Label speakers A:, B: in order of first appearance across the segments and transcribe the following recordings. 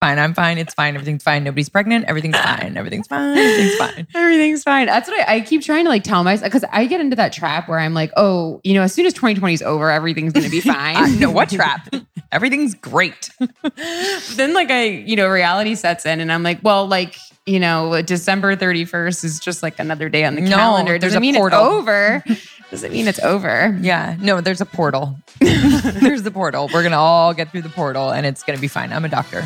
A: fine. I'm fine. It's fine. Everything's fine. Nobody's pregnant. Everything's fine. Everything's fine. Everything's fine.
B: Everything's fine. That's what I, I keep trying to like tell myself because I get into that trap where I'm like, oh, you know, as soon as 2020 is over, everything's going to be fine.
A: I know Uh, what trap. Everything's great.
B: But then, like, I, you know, reality sets in and I'm like, well, like, you know, December 31st is just like another day on the
A: No,
B: calendar.
A: there's a
B: Doesn't mean
A: portal.
B: it's over. Doesn't mean it's over.
A: Yeah. No, there's a portal. there's the portal. We're going to all get through the portal and it's going to be fine. I'm a doctor.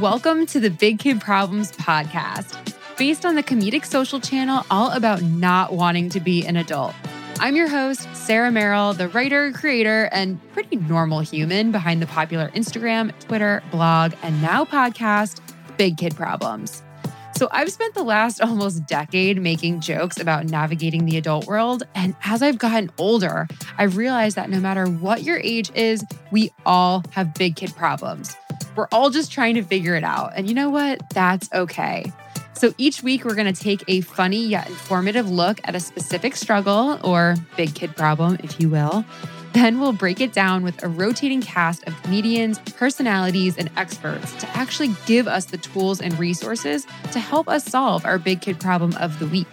B: Welcome to the Big Kid Problems podcast, based on the comedic social channel all about not wanting to be an adult. I'm your host, Sarah Merrill, the writer, creator, and pretty normal human behind the popular Instagram, Twitter, blog, and now podcast, Big Kid Problems. So I've spent the last almost decade making jokes about navigating the adult world. And as I've gotten older, I've realized that no matter what your age is, we all have big kid problems. We're all just trying to figure it out. And you know what? That's okay. So each week, we're going to take a funny yet informative look at a specific struggle or big kid problem, if you will. Then we'll break it down with a rotating cast of comedians, personalities, and experts to actually give us the tools and resources to help us solve our big kid problem of the week.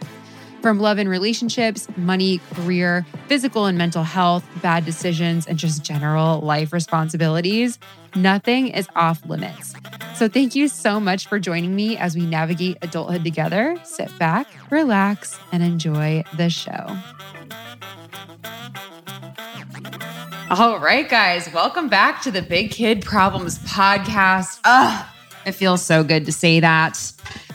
B: From love and relationships, money, career, physical and mental health, bad decisions, and just general life responsibilities, nothing is off limits. So, thank you so much for joining me as we navigate adulthood together. Sit back, relax, and enjoy the show. All right, guys, welcome back to the Big Kid Problems podcast. Ugh, it feels so good to say that.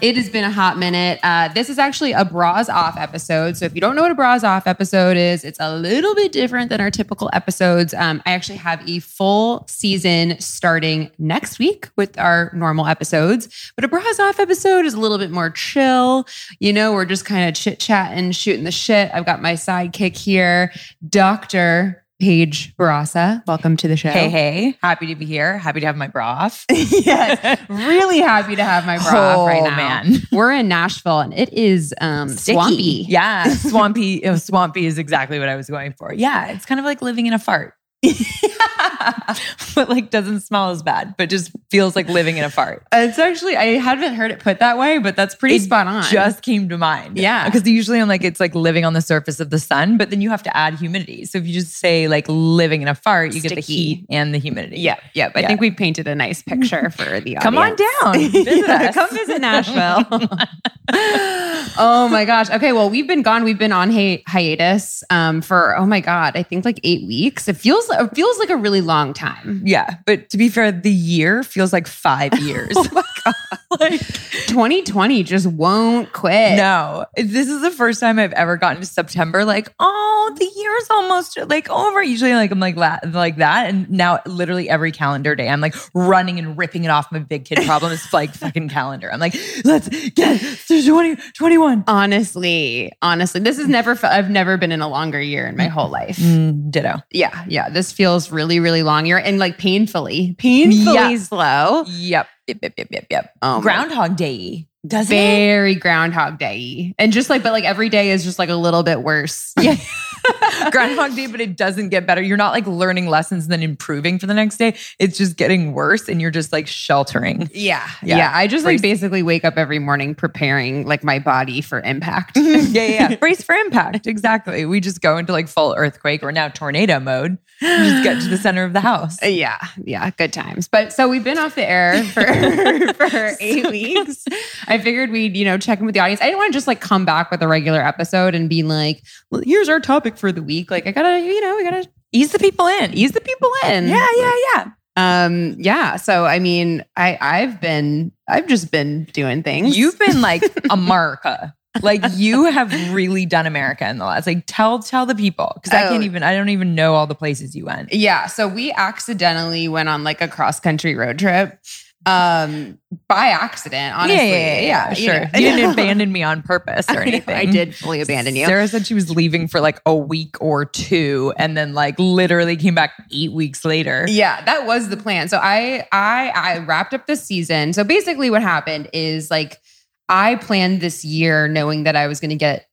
B: It has been a hot minute. Uh, this is actually a bras off episode. So, if you don't know what a bras off episode is, it's a little bit different than our typical episodes. Um, I actually have a full season starting next week with our normal episodes, but a bras off episode is a little bit more chill. You know, we're just kind of chit chatting, shooting the shit. I've got my sidekick here, Dr. Paige Barassa. Welcome to the show.
A: Hey, hey. Happy to be here. Happy to have my bra off.
B: yes. Really happy to have my bra off right
A: Oh,
B: now.
A: man.
B: We're in Nashville and it is um, swampy.
A: Yeah. Swampy. it was- swampy is exactly what I was going for. Yeah. It's kind of like living in a fart. but like doesn't smell as bad, but just feels like living in a fart.
B: It's actually, I haven't heard it put that way, but that's pretty
A: It
B: spot on.
A: Just came to mind.
B: Yeah.
A: Because usually I'm like, it's like living on the surface of the sun, but then you have to add humidity. So if you just say like living in a fart, you get the
B: Sticky.
A: heat and the humidity.
B: Yep, yep. I
A: Yeah.
B: think we painted a nice picture for the audience.
A: Come on down. Visit us.
B: Come visit Nashville. oh my gosh. Okay, well, we've been gone. We've been on hi- hiatus um, for oh my god, I think like eight weeks. It feels it feels like a really long time.
A: Yeah. But to be fair, the year feels like five years.
B: 2020 just won't quit.
A: no, this is the first time I've ever gotten to September. Like, oh, the year's almost like over. Usually, like I'm like la- like that, and now literally every calendar day, I'm like running and ripping it off my big kid problem. It's like fucking calendar. I'm like, let's get to 20, 21.
B: Honestly, honestly, this has never. Fe- I've never been in a longer year in my whole life.
A: Mm, ditto.
B: Yeah, yeah. This feels really, really long year and like painfully, painfully
A: Yeah.
B: slow.
A: Yep. Yep. Yep. Yep. Yep. yep.
B: Oh my
A: Groundhog Day. Does
B: very groundhog day and just like but like every day is just like a little bit worse
A: Yeah. Groundhog Day, but it doesn't get better. You're not like learning lessons and then improving for the next day. It's just getting worse and you're just like sheltering.
B: yeah
A: Yeah.
B: yeah, i just like
A: Brace-
B: basically wake up every morning preparing like my body for impact
A: yeah, yeah, yeah. Brace for impact. Exactly. We just go into like full earthquake or now tornado mode. We just get to the center of the house.
B: yeah yeah good times but so we've been off the air for for eight weeks i figured we'd you know check in with the audience i didn't want to just like come back with a regular episode and be like well here's our topic for the week like i gotta you know we gotta
A: Ease the people in. Ease the people in. Yeah, yeah, yeah.
B: um yeah so i mean i i've been i've just been doing things
A: You've been like America. Like you have really done America in the last. Like tell tell the people because I
B: Oh.
A: can't even. I don't even know all the places you went.
B: Yeah. So we accidentally went on like a cross country road trip um by accident honestly
A: yeah, yeah, yeah, yeah,
B: you
A: sure.
B: know.
A: You didn't abandon me on purpose or
B: I know,
A: anything.
B: i did fully abandon you
A: Sarah said she was leaving for like a week or two and then like literally came back eight weeks later.
B: yeah that was the plan so i i i wrapped up the season so basically what happened is like i planned this year knowing that i was going to get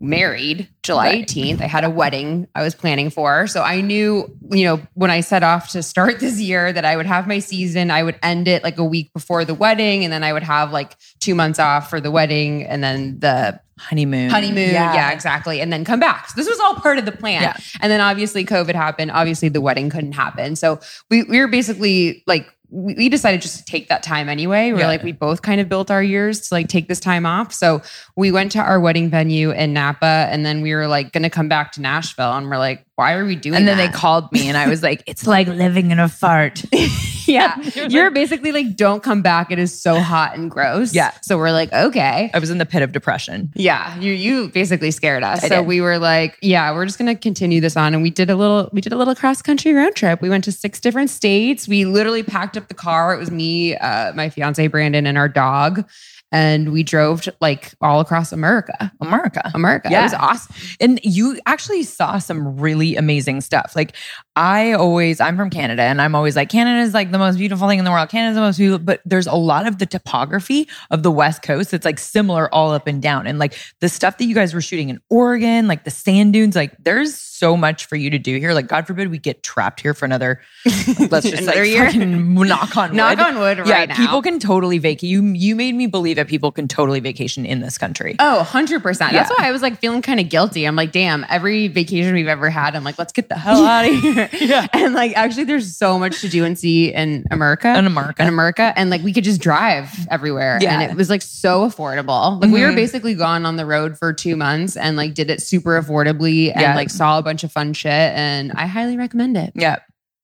B: married July
A: Right.
B: 18th. I had a wedding I was planning for. So I knew, you know, when I set off to start this year that I would have my season, I would end it like a week before the wedding. And then I would have like two months off for the wedding and then the
A: honeymoon.
B: honeymoon. Yeah, exactly. And then come back. So this was all part of the plan.
A: Yeah.
B: And then obviously COVID happened. Obviously the wedding couldn't happen. So we, we were basically like, we we decided just to take that time anyway. We're
A: Yeah.
B: like, we both kind of built our years to like take this time off. So we went to our wedding venue in Napa and then we were like going to come back to Nashville. And we're like, why are we doing
A: And then
B: that?
A: they called me and I was like, it's like living in a fart.
B: yeah.
A: You're
B: You're basically like, don't come back. It is so hot and gross.
A: Yeah.
B: So we're like, okay.
A: I was in the pit of depression.
B: Yeah, you you basically scared us.
A: I
B: so
A: did.
B: we were like, yeah, we're just gonna continue this on. And we did a little we did a little cross country road trip. We went to six different states. We literally packed up the car. It was me, uh, my fiance Brandon, and our dog, and we drove to, like all across America.
A: America.
B: America. It
A: Yeah.
B: was awesome.
A: And you actually saw some really amazing stuff. Like I always, I'm from Canada, and I'm always like, Canada is like the most beautiful thing in the world. Canada's the most beautiful, but there's a lot of the topography of the West Coast that's like similar all up and down. And like the stuff that you guys were shooting in Oregon, like the sand dunes, like there's so much for you to do here. Like God forbid we get trapped here for another. like, let's just like
B: Another year?
A: fucking knock on
B: Knock
A: wood.
B: on wood
A: yeah,
B: right now.
A: people can totally vacate. You you made me believe that people can totally vacation in this country.
B: Oh, 100%. That's
A: Yeah.
B: why I was like feeling kind of guilty. I'm like, damn, every vacation we've ever had, I'm like, let's get the hell out of here.
A: Yeah.
B: And like, actually, there's so much to do and see in America.
A: In America.
B: In America. And like, we could just drive everywhere.
A: Yeah.
B: And it was like so affordable. Like, we were
A: Mhm.
B: basically gone on the road for two months and like did it super affordably and
A: Yeah.
B: like saw a bunch of fun shit. And I highly recommend it.
A: Yeah.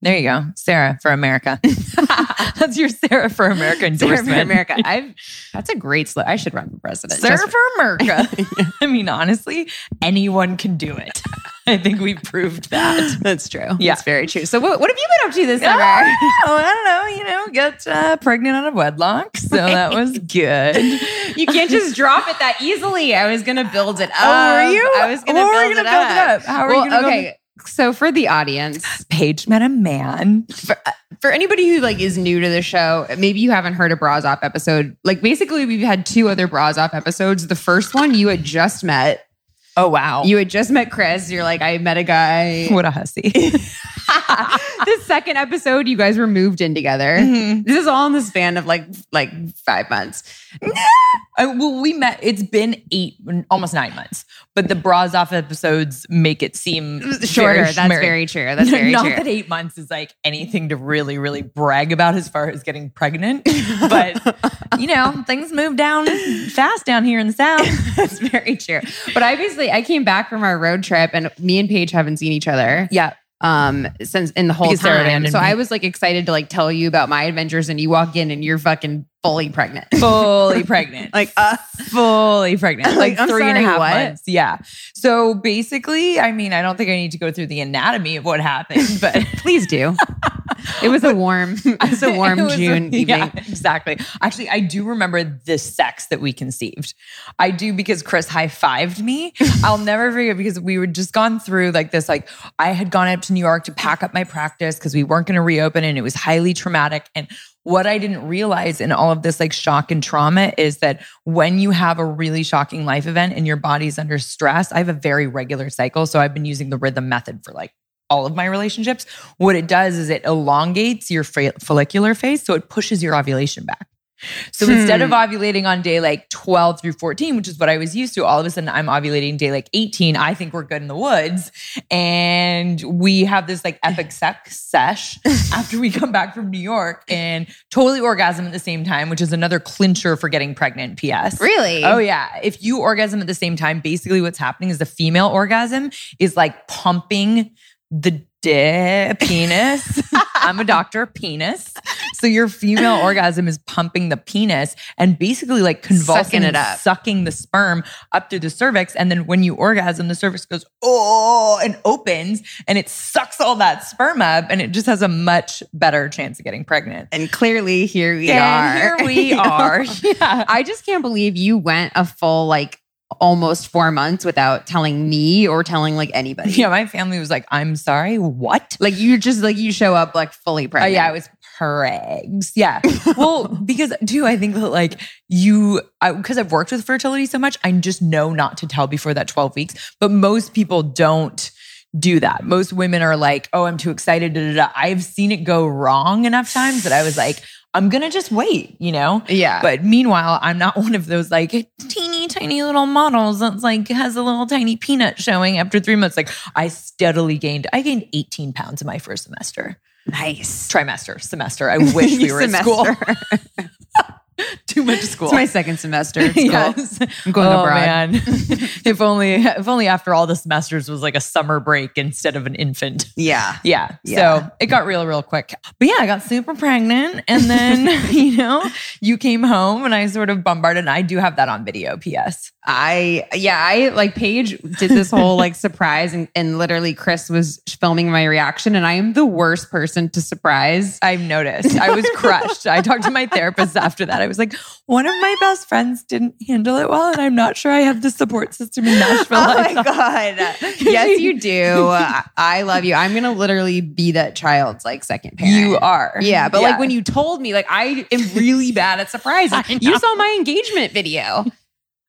A: There you go. Sarah for America. That's your Sarah for America
B: Sarah
A: endorsement.
B: for America. I've, that's a great slip. I should run for president.
A: Sarah
B: Just-
A: for America. I mean, honestly, anyone can do it. I think we've proved that.
B: That's true.
A: Yeah.
B: That's very true. So, what, what have you been up to this summer?
A: Oh, I don't know. You know, got uh, pregnant out of wedlock. So that was good.
B: you can't just drop it that easily. I was gonna build it up.
A: Oh, were you?
B: I was gonna,
A: What
B: build,
A: were you
B: it
A: gonna build it
B: up.
A: up? How were you
B: well,
A: gonna build
B: okay. so for the audience,
A: Paige met a man.
B: for anybody who like is new to the show, maybe you haven't heard a bras off episode. Like basically, we've had two other bras off episodes. The first one you had just met.
A: Oh, wow.
B: You had just met Chris. You're like, I met a guy.
A: what a hussy.
B: the second episode, you guys were moved in together.
A: Mhm.
B: This is all in the span of like like five months.
A: I, Uh, well, we met, it's been eight, almost nine months, but the bras off episodes make it seem
B: Shorter.
A: very
B: that's
A: schmeary.
B: very true. That's very
A: Not
B: true.
A: that eight months is like anything to really, really brag about as far as getting pregnant, but you know, things move down fast down here in the South.
B: That's very true. But I basically I came back from our road trip and me and Paige haven't seen each other
A: Yeah.
B: um since in the whole
A: Because Sarah
B: time.
A: abandoned
B: So
A: me.
B: I was like excited to like tell you about my adventures and you walk in and you're fucking fully pregnant.
A: Fully pregnant.
B: like uh
A: fully pregnant.
B: Like,
A: Like,
B: I'm
A: three and a
B: sorry,
A: half
B: what?
A: months. Yeah. So basically, I mean, I don't think I need to go through the anatomy of what happened, but
B: please do. It was a warm it was a warm
A: It was a-
B: June evening.
A: Yeah, exactly. Actually, I do remember the sex that we conceived. I do because Chris high fived me. I'll never forget because we were just gone through like this. Like I had gone up to New York to pack up my practice because we weren't going to reopen, and it was highly traumatic. And what I didn't realize in all of this like shock and trauma is that when you have a really shocking life event and your body's under stress, I have a very regular cycle, so I've been using the rhythm method for like all of my relationships, what it does is it elongates your fa- follicular phase. So it pushes your ovulation back. So instead of ovulating on day like 12 through 14, which is what I was used to, all of a sudden I'm ovulating day like 18. I think we're good in the woods. And we have this like epic sex sesh after we come back from New York and totally orgasm at the same time, which is another clincher for getting pregnant. P.S.
B: Really?
A: Oh yeah. If you orgasm at the same time, basically what's happening is the female orgasm is like pumping the di- penis. I'm a doctor, penis. So your female orgasm is pumping the penis and basically like convulsing
B: Sucking it
A: and
B: up.
A: sucking the sperm up through the cervix. And then when you orgasm, the cervix goes, oh, and opens and it sucks all that sperm up. And it just has a much better chance of getting pregnant.
B: And clearly here we
A: And
B: are.
A: here we are. yeah.
B: I just can't believe you went a full like almost four months without telling me or telling like anybody.
A: Yeah, my family was like, I'm sorry, what?
B: Like you just like you show up like fully
A: Oh
B: pregnant.
A: yeah, I was Correct. Yeah. Well, because too, I think that like you, because I've worked with fertility so much, I just know not to tell before that 12 weeks. But most people don't do that. Most women are like, oh, I'm too excited. Da, da, da. I've seen it go wrong enough times that I was like, I'm going to just wait, you know?
B: Yeah.
A: But meanwhile, I'm not one of those like teeny tiny little models that's like has a little tiny peanut showing after three months. Like I steadily gained, I gained 18 pounds in my first semester,
B: nice.
A: trimester, semester. I wish we were in school. Too much school.
B: it's my second semester. It's cool.
A: Yes.
B: I'm going
A: oh,
B: abroad.
A: Man. if only if only after all the semesters was like a summer break instead of an infant.
B: Yeah.
A: Yeah.
B: Yeah.
A: So it got real, real quick. But yeah, I got super pregnant. And then, you know, you came home and I sort of bombarded. And I do have that on video, P.S.
B: I yeah, I like Paige did this whole like surprise and, and literally Chris was filming my reaction and I am the worst person to surprise.
A: I've noticed. I was crushed. I talked to my therapist after that. I was like, one of my best friends didn't handle it well. And I'm not sure I have the support system in Nashville. I thought.
B: Oh god. yes, you do. I, I love you. I'm gonna literally be that child's like second parent.
A: You are.
B: Yeah, but like when you told me, like I am really bad at surprises.
A: I know.
B: You saw my engagement video.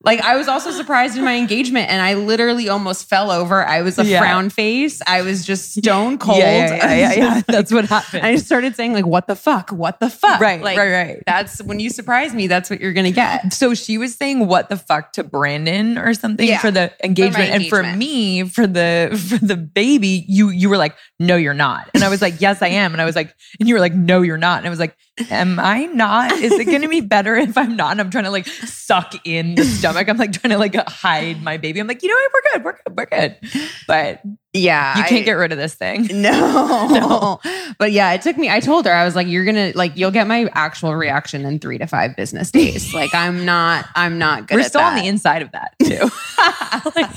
B: Like I was also surprised in my engagement, and I literally almost fell over. I was a
A: Yeah.
B: frown face. I was just stone cold.
A: Yeah, yeah, yeah, yeah, yeah. That's what happened.
B: I just started saying like, "What the fuck? What the fuck?"
A: right,
B: like,
A: right, right.
B: That's when you surprise me. That's what you're gonna get.
A: so she was saying what the fuck to Brandon or something
B: Yeah,
A: for the engagement. and for
B: engagement.
A: me for the for the baby you you were like no you're not and I was like yes I am and I was like and you were like no you're not and I was like am I not is it going to be better if I'm not and I'm trying to like suck in the stomach I'm like trying to like hide my baby I'm like you know what we're good we're good we're good but you
B: Yeah,
A: can't get rid of this thing
B: No. But yeah, it took me. I told her, I was like, you're going to, like, you'll get my actual reaction in three to five business days. like, I'm not, I'm not good
A: we're
B: at
A: still
B: that.
A: on the inside of that too Like,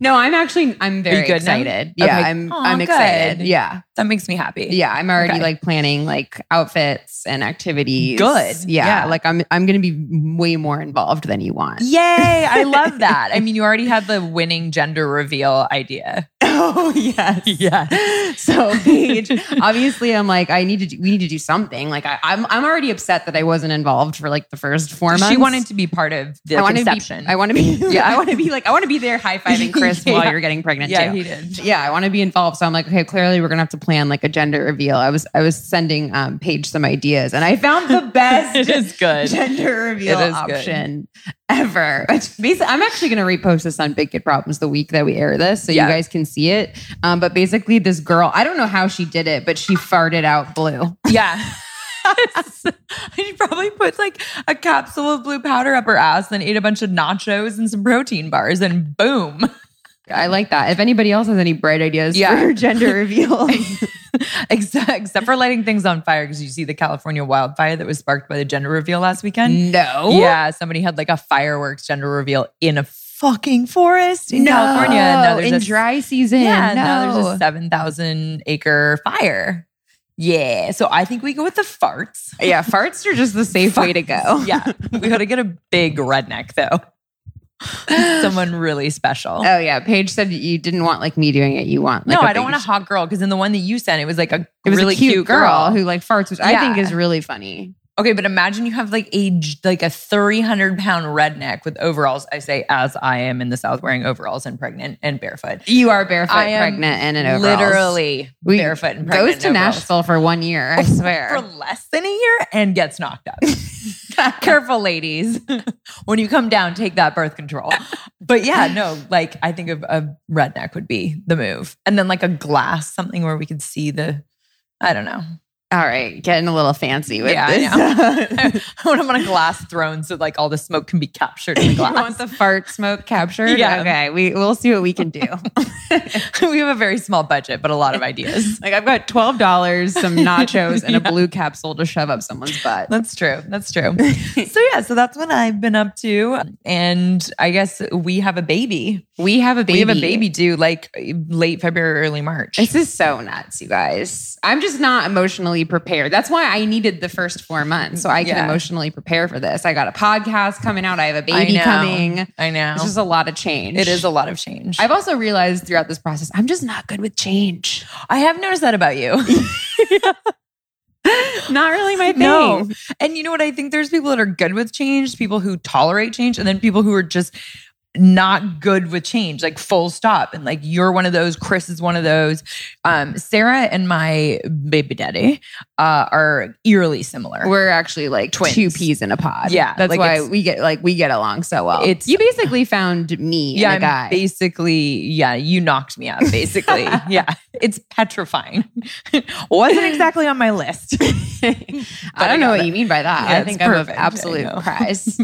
B: no, I'm actually, I'm very
A: good now?
B: excited.
A: Okay.
B: Yeah. I'm,
A: Aw,
B: I'm
A: good.
B: excited. Yeah.
A: that makes me happy
B: Yeah. I'm already
A: Okay.
B: like planning like outfits and activities.
A: Good.
B: Yeah.
A: Yeah.
B: Like, I'm, I'm going to be way more involved than you want.
A: Yay! I love that. I mean, you already had the winning gender reveal idea.
B: Oh, yes.
A: Yeah.
B: So Paige, obviously, I'm like, I need to. Do, we need to do something. Like, I, I'm I'm already upset that I wasn't involved for like the first four months.
A: She wanted to be part of the
B: I want
A: conception.
B: To be, I want to be.
A: Yeah.
B: Yeah, I want to be like I want to be there high fiving Chris
A: Yeah.
B: while you're getting pregnant
A: yeah,
B: too.
A: he did.
B: yeah, I want to be involved. So I'm like, okay, clearly we're gonna have to plan like a gender reveal. I was I was sending um, Paige some ideas, and I found the
A: it
B: best
A: is good.
B: gender reveal
A: It is good.
B: option ever. Which basically, I'm actually gonna repost this on Big Kid Problems the week that we air this, so
A: Yeah.
B: you guys can see it. Um, but basically, this girl, I don't know how she did it, but she farted out blue.
A: Yeah. she probably put like a capsule of blue powder up her ass and ate a bunch of nachos and some protein bars and boom.
B: I like that. If anybody else has any bright ideas
A: Yeah.
B: for gender reveal.
A: except, except for lighting things on fire because you see the California wildfire that was sparked by the gender reveal last weekend.
B: No.
A: Yeah, somebody had like a fireworks gender reveal in a fucking forest in California. And now there's
B: in
A: a
B: dry season.
A: Yeah,
B: no.
A: now there's a 7,000 acre fire. Yeah. So I think we go with the farts.
B: yeah, farts are just the safe way to go.
A: Yeah. we got to get a big redneck, though. Someone really special.
B: Oh yeah, Paige said you didn't want like me doing it. You want like
A: no,
B: I
A: I don't want a hot girl because in the one that you sent, it was like a
B: It was
A: really
B: a cute, girl, who like farts, which I
A: Yeah.
B: think is really funny.
A: okay, but imagine you have like a j- like a three hundred pound redneck with overalls. I say as I am in the south wearing overalls and pregnant and barefoot.
B: You are barefoot,
A: I am
B: pregnant, and an overalls.
A: Literally
B: We-
A: barefoot and pregnant.
B: goes to
A: and overalls.
B: Nashville for one year. I
A: for
B: swear.
A: less than a year and gets knocked up. Careful, ladies. when you come down, take that birth control. But yeah, no, like I think of a redneck would be the move. And then like a glass, something where we could see the, I don't know.
B: All right, getting a little fancy with
A: Yeah, I
B: this.
A: I want them on a glass throne so like all the smoke can be captured in the
B: you want
A: glass.
B: the fart smoke captured?
A: Yeah.
B: Okay, we we'll see what we can do.
A: we have a very small budget, but a lot of ideas.
B: like I've got twelve dollars, some nachos, and a blue capsule to shove up someone's butt.
A: That's true. That's true. so yeah, so that's what I've been up to. And I guess we have a baby.
B: We have a baby.
A: We have a baby due like late February, early March.
B: This is so nuts, you guys. I'm just not emotionally prepared. That's why I needed the first four months so I can
A: Yeah.
B: emotionally prepare for this. I got a podcast coming out. I have a baby
A: I know.
B: coming.
A: I know.
B: It's just a lot of change.
A: it is a lot of change.
B: I've also realized throughout this process, I'm just not good with change.
A: I have noticed that about you.
B: Not really my thing.
A: No. And you know what? I think there's people that are good with change, people who tolerate change, and then people who are just not good with change, like full stop. And like you're one of those, Chris is one of those. Um, Sarah and my baby daddy uh, are eerily similar.
B: We're actually like
A: Twins.
B: two peas in a pod.
A: Yeah,
B: that's
A: like
B: why
A: it's-
B: we get like we get along so well.
A: It's-
B: you basically found me
A: yeah,
B: and a guy.
A: I'm basically, yeah, you knocked me out, basically. yeah, it's petrifying. Wasn't exactly on my list.
B: I don't
A: I
B: know
A: got
B: what
A: it.
B: you mean by that.
A: Yeah,
B: I think
A: it's
B: I'm an
A: perfect. I
B: absolute
A: know.
B: prize.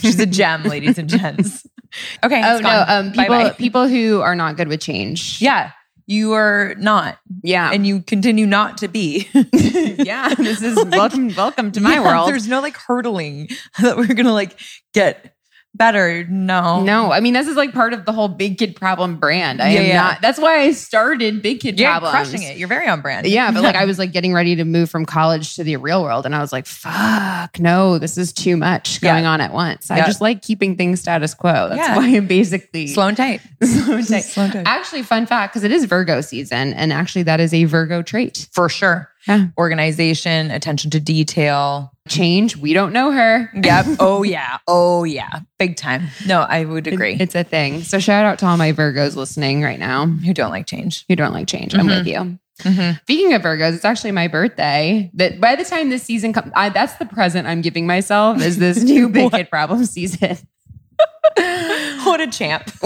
A: She's a gem, ladies and gents. Okay.
B: oh
A: it's
B: no,
A: gone.
B: um, people
A: Bye-bye.
B: people who are not good with change.
A: Yeah, you are not,
B: yeah,
A: and you continue not to be.
B: yeah. This is
A: Like-
B: welcome, welcome to my
A: Yeah,
B: world.
A: There's no like hurdling that we're gonna like get better. No,
B: No, I mean this is like part of the whole Big Kid Problem brand. I
A: Oh. Yeah,
B: am
A: yeah.
B: not. That's why I started Big Kid
A: you're
B: Problems.
A: crushing it. You're very on brand.
B: Yeah, but like I was like getting ready to move from college to the real world, and I was like, "Fuck, no, this is too much
A: Yeah.
B: going on at once." I
A: Yeah.
B: just like keeping things status quo. That's
A: Yeah.
B: why I'm basically
A: slow and tight.
B: slow and tight.
A: Slow and tight.
B: Actually, fun fact because it is Virgo season, and actually that is a Virgo trait.
A: for sure.
B: Yeah.
A: Organization, attention to detail.
B: Change, we don't know her.
A: Yep. oh yeah. Oh yeah. Big time. No, I would agree.
B: It's a thing. So shout out to all my Virgos listening right now
A: Who don't like change?
B: who don't like change. I'm
A: Mhm.
B: with you.
A: Mm-hmm.
B: Speaking of Virgos, it's actually my birthday. That by the time this season comes, I, that's the present I'm giving myself is this new big
A: What?
B: kid problem season.
A: What a champ.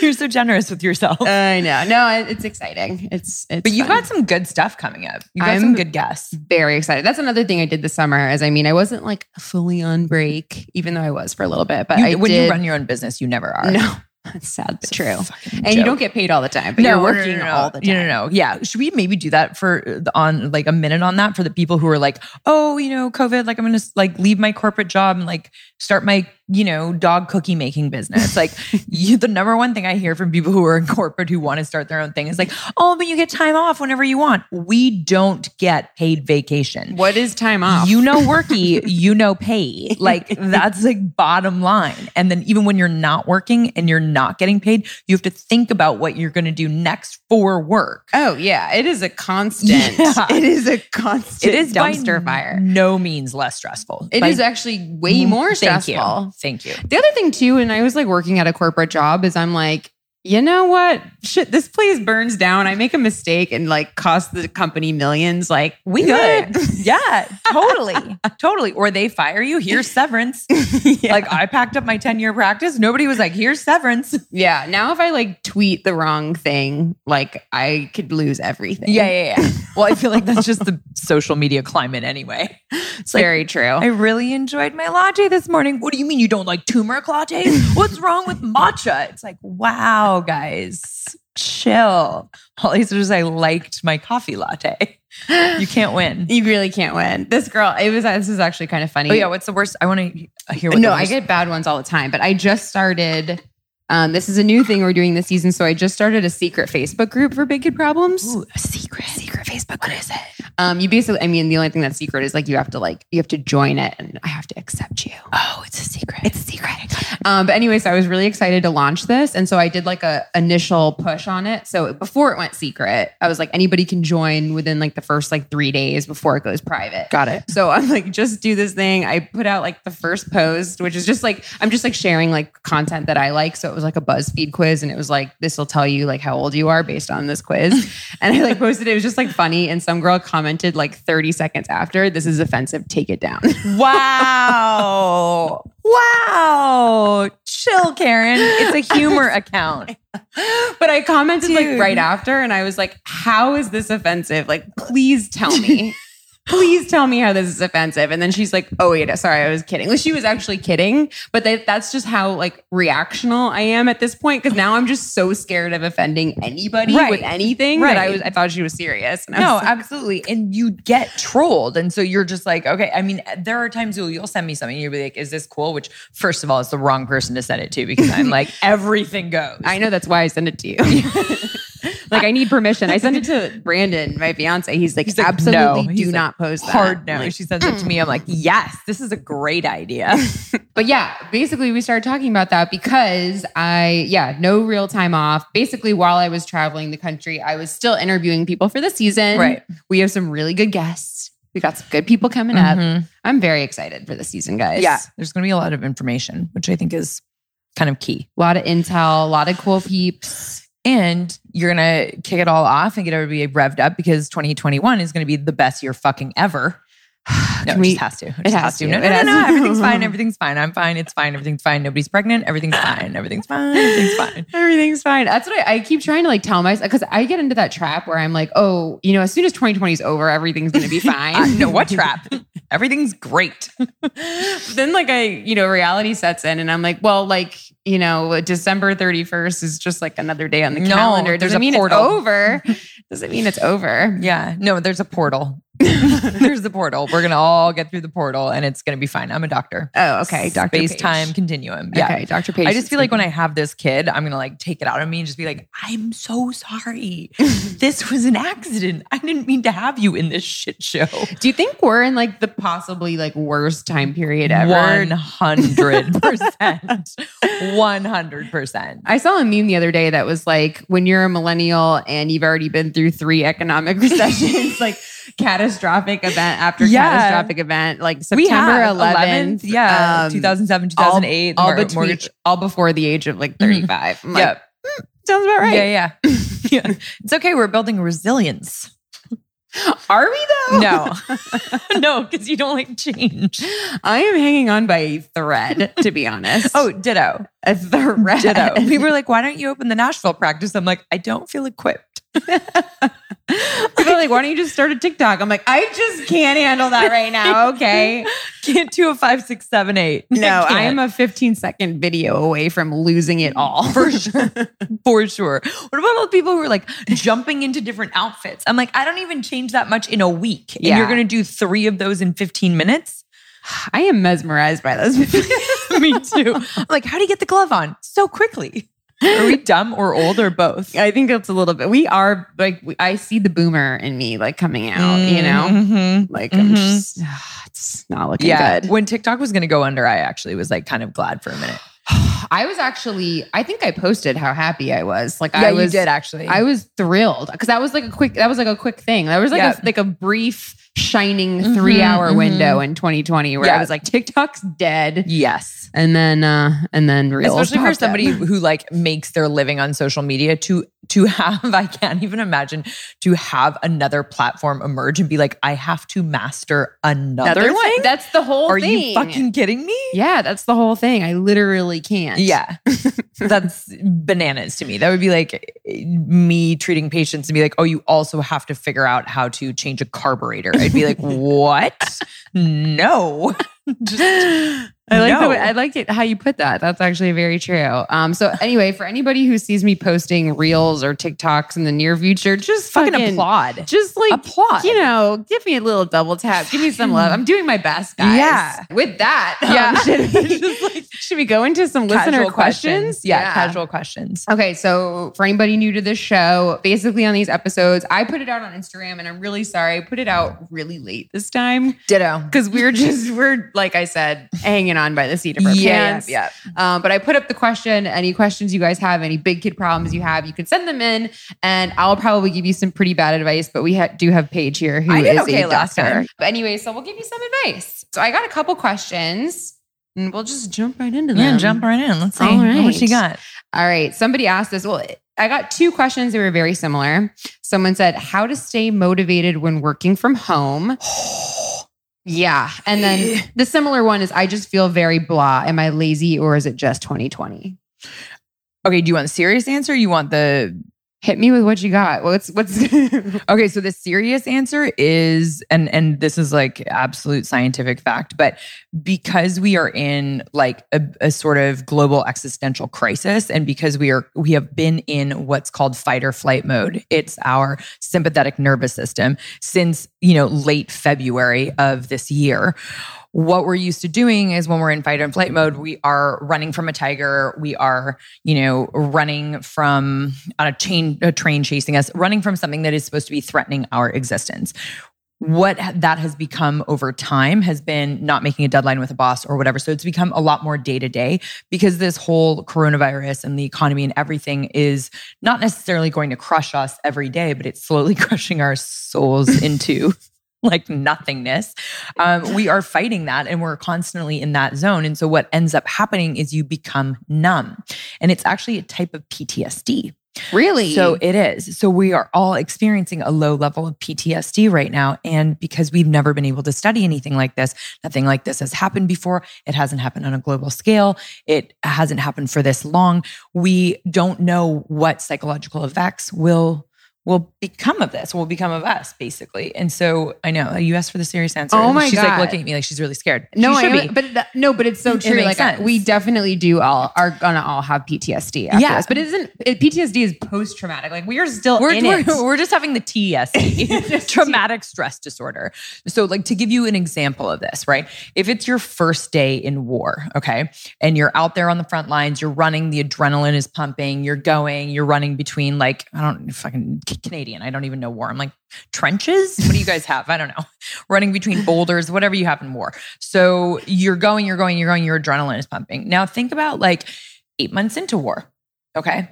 A: You're so generous with yourself.
B: I know. No, it- it's exciting. It's it's.
A: but you've
B: fun.
A: got some good stuff coming up. You've got
B: I'm-
A: some good guests.
B: very excited. That's another thing I did this summer. Is I mean, I wasn't like fully on break, even though I was for a little bit. But
A: You-
B: I
A: when
B: did,
A: you run your own business, you never are.
B: no, that's sad but
A: It's a
B: true.
A: fucking
B: And you
A: joke.
B: don't get paid all the time, but you're working all the time.
A: No, no, no. Yeah. Should we maybe do that for uh, the, on like a minute on that for the people who are like, oh, you know, COVID, like I'm going to like leave my corporate job and like start my, you know, dog cookie making business. Like you, the number one thing I hear from people who are in corporate who want to start their own thing is like, oh, but you get time off whenever you want. We don't get paid vacation.
B: What is time off?
A: You know worky, you know pay. Like that's like bottom line. And then even when you're not working and you're not getting paid, you have to think about what you're going to do next for work.
B: Oh yeah, it is a constant.
A: Yeah.
B: It is a constant.
A: it is by
B: dumpster fire.
A: No means less stressful.
B: It is
A: By- Mm,
B: actually way more
A: Thank
B: stressful.
A: You. Thank you.
B: The other thing too, and I was like working at a corporate job, is I'm like, you know what? Shit, this place burns down. I make a mistake and like cost the company millions. Like
A: We
B: meh.
A: good. yeah, totally. Totally. Or they fire you. Here's severance.
B: yeah.
A: Like I packed up my 10 year practice. Nobody was like, here's severance.
B: yeah. Now if I like tweet the wrong thing, like I could lose everything.
A: Yeah, yeah, yeah. Well, I feel like that's just the social media climate anyway.
B: it's very true.
A: I really enjoyed my latte this morning. What do you mean you don't like turmeric lattes? What's wrong with matcha? It's like, wow, guys, chill. All these are just, I liked my coffee latte. You can't win.
B: you really can't win. This girl, it was this is actually kind of funny.
A: Oh, yeah. What's the worst? I want to hear what
B: no,
A: the
B: I
A: worst-
B: get bad ones all the time, but I just started. Um, this is a new thing we're doing this season, so I just started a secret Facebook group for Big Kid Problems.
A: Ooh, a secret. Secret Facebook. What is it?
B: Um, you basically, I mean, the only thing that's secret is like you have to like you have to join it, and I have to accept you.
A: Oh, it's a secret. It's a secret.
B: Um, but anyway, so I was really excited to launch this, and so I did like a initial push on it. So before it went secret, I was like anybody can join within like the first like three days before it goes private.
A: Got it.
B: So I'm like, just do this thing. I put out like the first post, which is just like, I'm just like sharing like content that I like. So it was like a BuzzFeed quiz and it was like, this will tell you like how old you are based on this quiz. And I like posted it. It was just like funny. And some girl commented like 30 seconds after, this is offensive. Take it down.
A: Wow. wow. Chill, Karen. It's a humor account.
B: but I commented
A: Dude.
B: like right after and I was like, how is this offensive? Like, please tell me. Please tell me how this is offensive. And then she's like, oh, wait, sorry, I was kidding. Well, she was actually kidding, but that, that's just how like reactional I am at this point. Cause now I'm just so scared of offending anybody
A: Right.
B: with anything that I
A: Right.
B: was, I thought she was serious. And I
A: No,
B: was like,
A: absolutely. And you get trolled. And so you're just like, okay, I mean, there are times you'll, you'll send me something and you'll be like, is this cool? Which, first of all, is the wrong person to send it to because I'm like, everything goes.
B: I know that's why I sent it to you. Like I need permission. I sent it to Brandon, my fiance. He's like,
A: He's like,
B: absolutely
A: no.
B: do
A: He's like,
B: not post that.
A: Hard
B: I'm
A: no.
B: like,
A: She sends it to me. I'm like, yes, this is a great idea.
B: But yeah, basically we started talking about that because I yeah, no real time off. Basically while I was traveling the country, I was still interviewing people for the season.
A: Right.
B: We have some really good guests. We got some good people coming up.
A: Mhm.
B: I'm very excited for the season, guys.
A: Yeah. There's going to be a lot of information, which I think is kind of key.
B: A lot of intel, a lot of cool peeps.
A: And you're going to kick it all off and get everybody revved up because 2021 is going to be the best year fucking ever. No, it
B: Can we-
A: just has to. It, just
B: has
A: has,
B: to.
A: to. No, no,
B: It
A: no,
B: has
A: no.
B: to.
A: Everything's fine. Everything's fine. I'm fine. It's fine. Everything's fine. Nobody's pregnant. Everything's fine. Everything's fine. Everything's fine.
B: Everything's fine. That's what I, I keep trying to like tell myself because I get into that trap where I'm like, oh, you know, as soon as 2020 is over, everything's gonna be fine.
A: I know Uh, what trap. Everything's great.
B: But then like I, you know, reality sets in and I'm like, well, like, you know, December 31st is just like another day on the
A: No,
B: calendar. It
A: there's
B: doesn't
A: a
B: mean
A: portal.
B: it's over. doesn't mean it's over.
A: Yeah. No, there's a portal. there's the portal. We're going to all get through the portal and it's going to be fine. I'm a doctor.
B: Oh, okay. Dr.
A: Space
B: Page.
A: time continuum. Yeah.
B: Okay, Dr. Page.
A: I just feel like when I have this kid, I'm gonna like take it out of me and just be like, I'm so sorry. this was an accident. I didn't mean to have you in this shit show.
B: do you think we're in like the possibly like worst time period ever?
A: 100%. 100%.
B: I saw a meme the other day that was like, when you're a millennial and you've already been through three economic recessions, like catastrophic event after
A: Yeah.
B: catastrophic event, like
A: We
B: September
A: have
B: 11th,
A: yeah,
B: um,
A: 2007, 2008,
B: all,
A: the mor-
B: between,
A: mortgage. Mm-hmm.
B: all before the age of like 35. I'm like,
A: Yep.
B: Sounds about right.
A: Yeah, yeah. yeah. It's okay. We're building resilience.
B: Are we though?
A: No, no, because you don't like change.
B: I am hanging on by a thread, to be honest.
A: Oh, ditto.
B: a thread.
A: Ditto. People were like, why don't you open the Nashville practice? I'm like, I don't feel equipped.
B: People are like, why don't you just start a TikTok? I'm like, I just can't handle that right now. Okay.
A: Can't do a five, six, seven, eight.
B: No,
A: I
B: I'm
A: am
B: a 15 second video away from losing it all.
A: for sure. For sure. What about all the people who are like jumping into different outfits? I'm like, I don't even change that much in a week. And
B: Yeah.
A: you're gonna do three of those in 15 minutes.
B: I am mesmerized by those videos.
A: Me too. I'm like, how do you get the glove on so quickly? Are we dumb or old or both?
B: I think it's a little bit. We are like, we, I see the boomer in me like coming out, you know?
A: Mhm.
B: Like, I'm
A: Mhm.
B: just, it's not looking
A: Yeah.
B: good.
A: When TikTok was gonna go under, I actually was like kind of glad for a minute.
B: I was actually, I think I posted how happy I was. Like I was,
A: actually.
B: I was thrilled because that was like a quick, that was like a quick thing. That was like
A: Yeah.
B: a, like a brief shining
A: Mhm,
B: three hour
A: mhm.
B: window in 2020 where I
A: Yeah.
B: was like, TikTok's dead.
A: yes.
B: And then, uh, and then real.
A: especially for somebody who like makes their living on social media to to have i can't even imagine to have another platform emerge and be like i have to master another,
B: Another
A: thing
B: one. That's the whole
A: are
B: thing.
A: you fucking kidding me
B: yeah, that's the whole thing. I literally can't.
A: yeah that's bananas to me that would be like me treating patients and be like oh you also have to figure out how to change a carburetor i'd be like what no Just-
B: I like the
A: No.
B: way, I like it how you put that. That's actually very true. Um, so anyway, for anybody who sees me posting reels or TikToks in the near future, just
A: fucking,
B: fucking,
A: applaud
B: Just like
A: applaud
B: you know, give me a little double tap, give me some love. I'm doing my best, guys.
A: Yeah.
B: With that, um,
A: Yeah.
B: should, we,
A: Just like
B: should we go into some listener
A: Casual
B: questions?
A: Yeah, casual questions.
B: Okay, so for anybody new to this show, basically on these episodes, I put it out on Instagram, and I'm really sorry I put it out really late this time
A: Ditto.
B: because we're just we're like I said, hanging on by the seat of our pants.
A: yeah.
B: Um, but I put up the question. Any questions you guys have, any big kid problems you have, you can send them in, and I'll probably give you some pretty bad advice. But we ha- do have Paige here who
A: I
B: is
A: did okay
B: a
A: last
B: doctor.
A: time.
B: But anyway, so we'll give you some advice. So I got a couple questions, and we'll just jump right into them.
A: Yeah, jump right in. Let's see
B: Um, All right.
A: what you got.
B: All right. Somebody asked this. Well, I got two questions that were very similar. Someone said, How to stay motivated when working from home. yeah. And then the similar one is, I just feel very blah. Am I lazy or is it just 2020?
A: Okay, do you want the serious answer? or You want the
B: Hit me with what you got. What's, what's,
A: okay? So the serious answer is, and and this is like absolute scientific fact, but because we are in like a, a sort of global existential crisis, and because we are we have been in what's called fight or flight mode. It's our sympathetic nervous system since you know late February of this year. what we're used to doing is when we're in fight or flight mode, we are running from a tiger. We are, you know, running from on a chain, a train chasing us, running from something that is supposed to be threatening our existence. What that has become over time has been not making a deadline with a boss or whatever. So it's become a lot more day to day because this whole coronavirus and the economy and everything is not necessarily going to crush us every day, but it's slowly crushing our souls into like nothingness. Um, we are fighting that and we're constantly in that zone. And so what ends up happening is you become numb. And it's actually a type of PTSD.
B: Really?
A: So it is. So we are all experiencing a low level of PTSD right now. And because we've never been able to study anything like this, nothing like this has happened before. It hasn't happened on a global scale. It hasn't happened for this long. We don't know what psychological effects will will become of this, will become of us, basically. And so I know you asked for the serious answer.
B: Oh my
A: she's
B: God.
A: like looking at me like she's really scared.
B: no,
A: she
B: I
A: should
B: am-
A: be.
B: but that, no, but it's so
A: It
B: true.
A: makes
B: like
A: sense.
B: we definitely do all are gonna all have PTSD. After
A: Yeah.
B: this. but it isn't it, PTSD is post traumatic. Like we are still
A: We're,
B: in it.
A: we're, we're just having the TSD, traumatic stress disorder. So, like to give you an example of this, right? If it's your first day in war, okay, and you're out there on the front lines, you're running, the adrenaline is pumping, you're going, you're running between like, I don't fucking Canadian, I don't even know war. I'm like, trenches? What do you guys have? I don't know. Running between boulders, whatever you have in war. So you're going, you're going, you're going, your adrenaline is pumping. Now think about like eight months into war. Okay.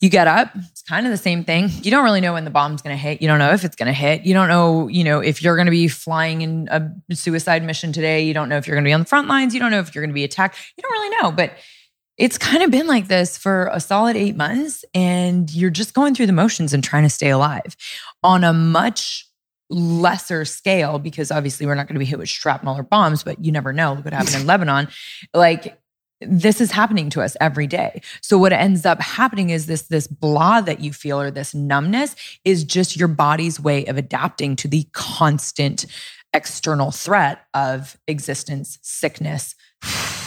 A: You get up, it's kind of the same thing. You don't really know when the bomb's going to hit. You don't know if it's going to hit. You don't know, you know, if you're going to be flying in a suicide mission today. You don't know if you're going to be on the front lines. You don't know if you're going to be attacked. You don't really know. But it's kind of been like this for a solid eight months, and you're just going through the motions and trying to stay alive on a much lesser scale because obviously we're not going to be hit with shrapnel or bombs, but you never know. Look what happened in Lebanon. Like, this is happening to us every day. So what ends up happening is this this blah that you feel or this numbness is just your body's way of adapting to the constant external threat of existence, sickness,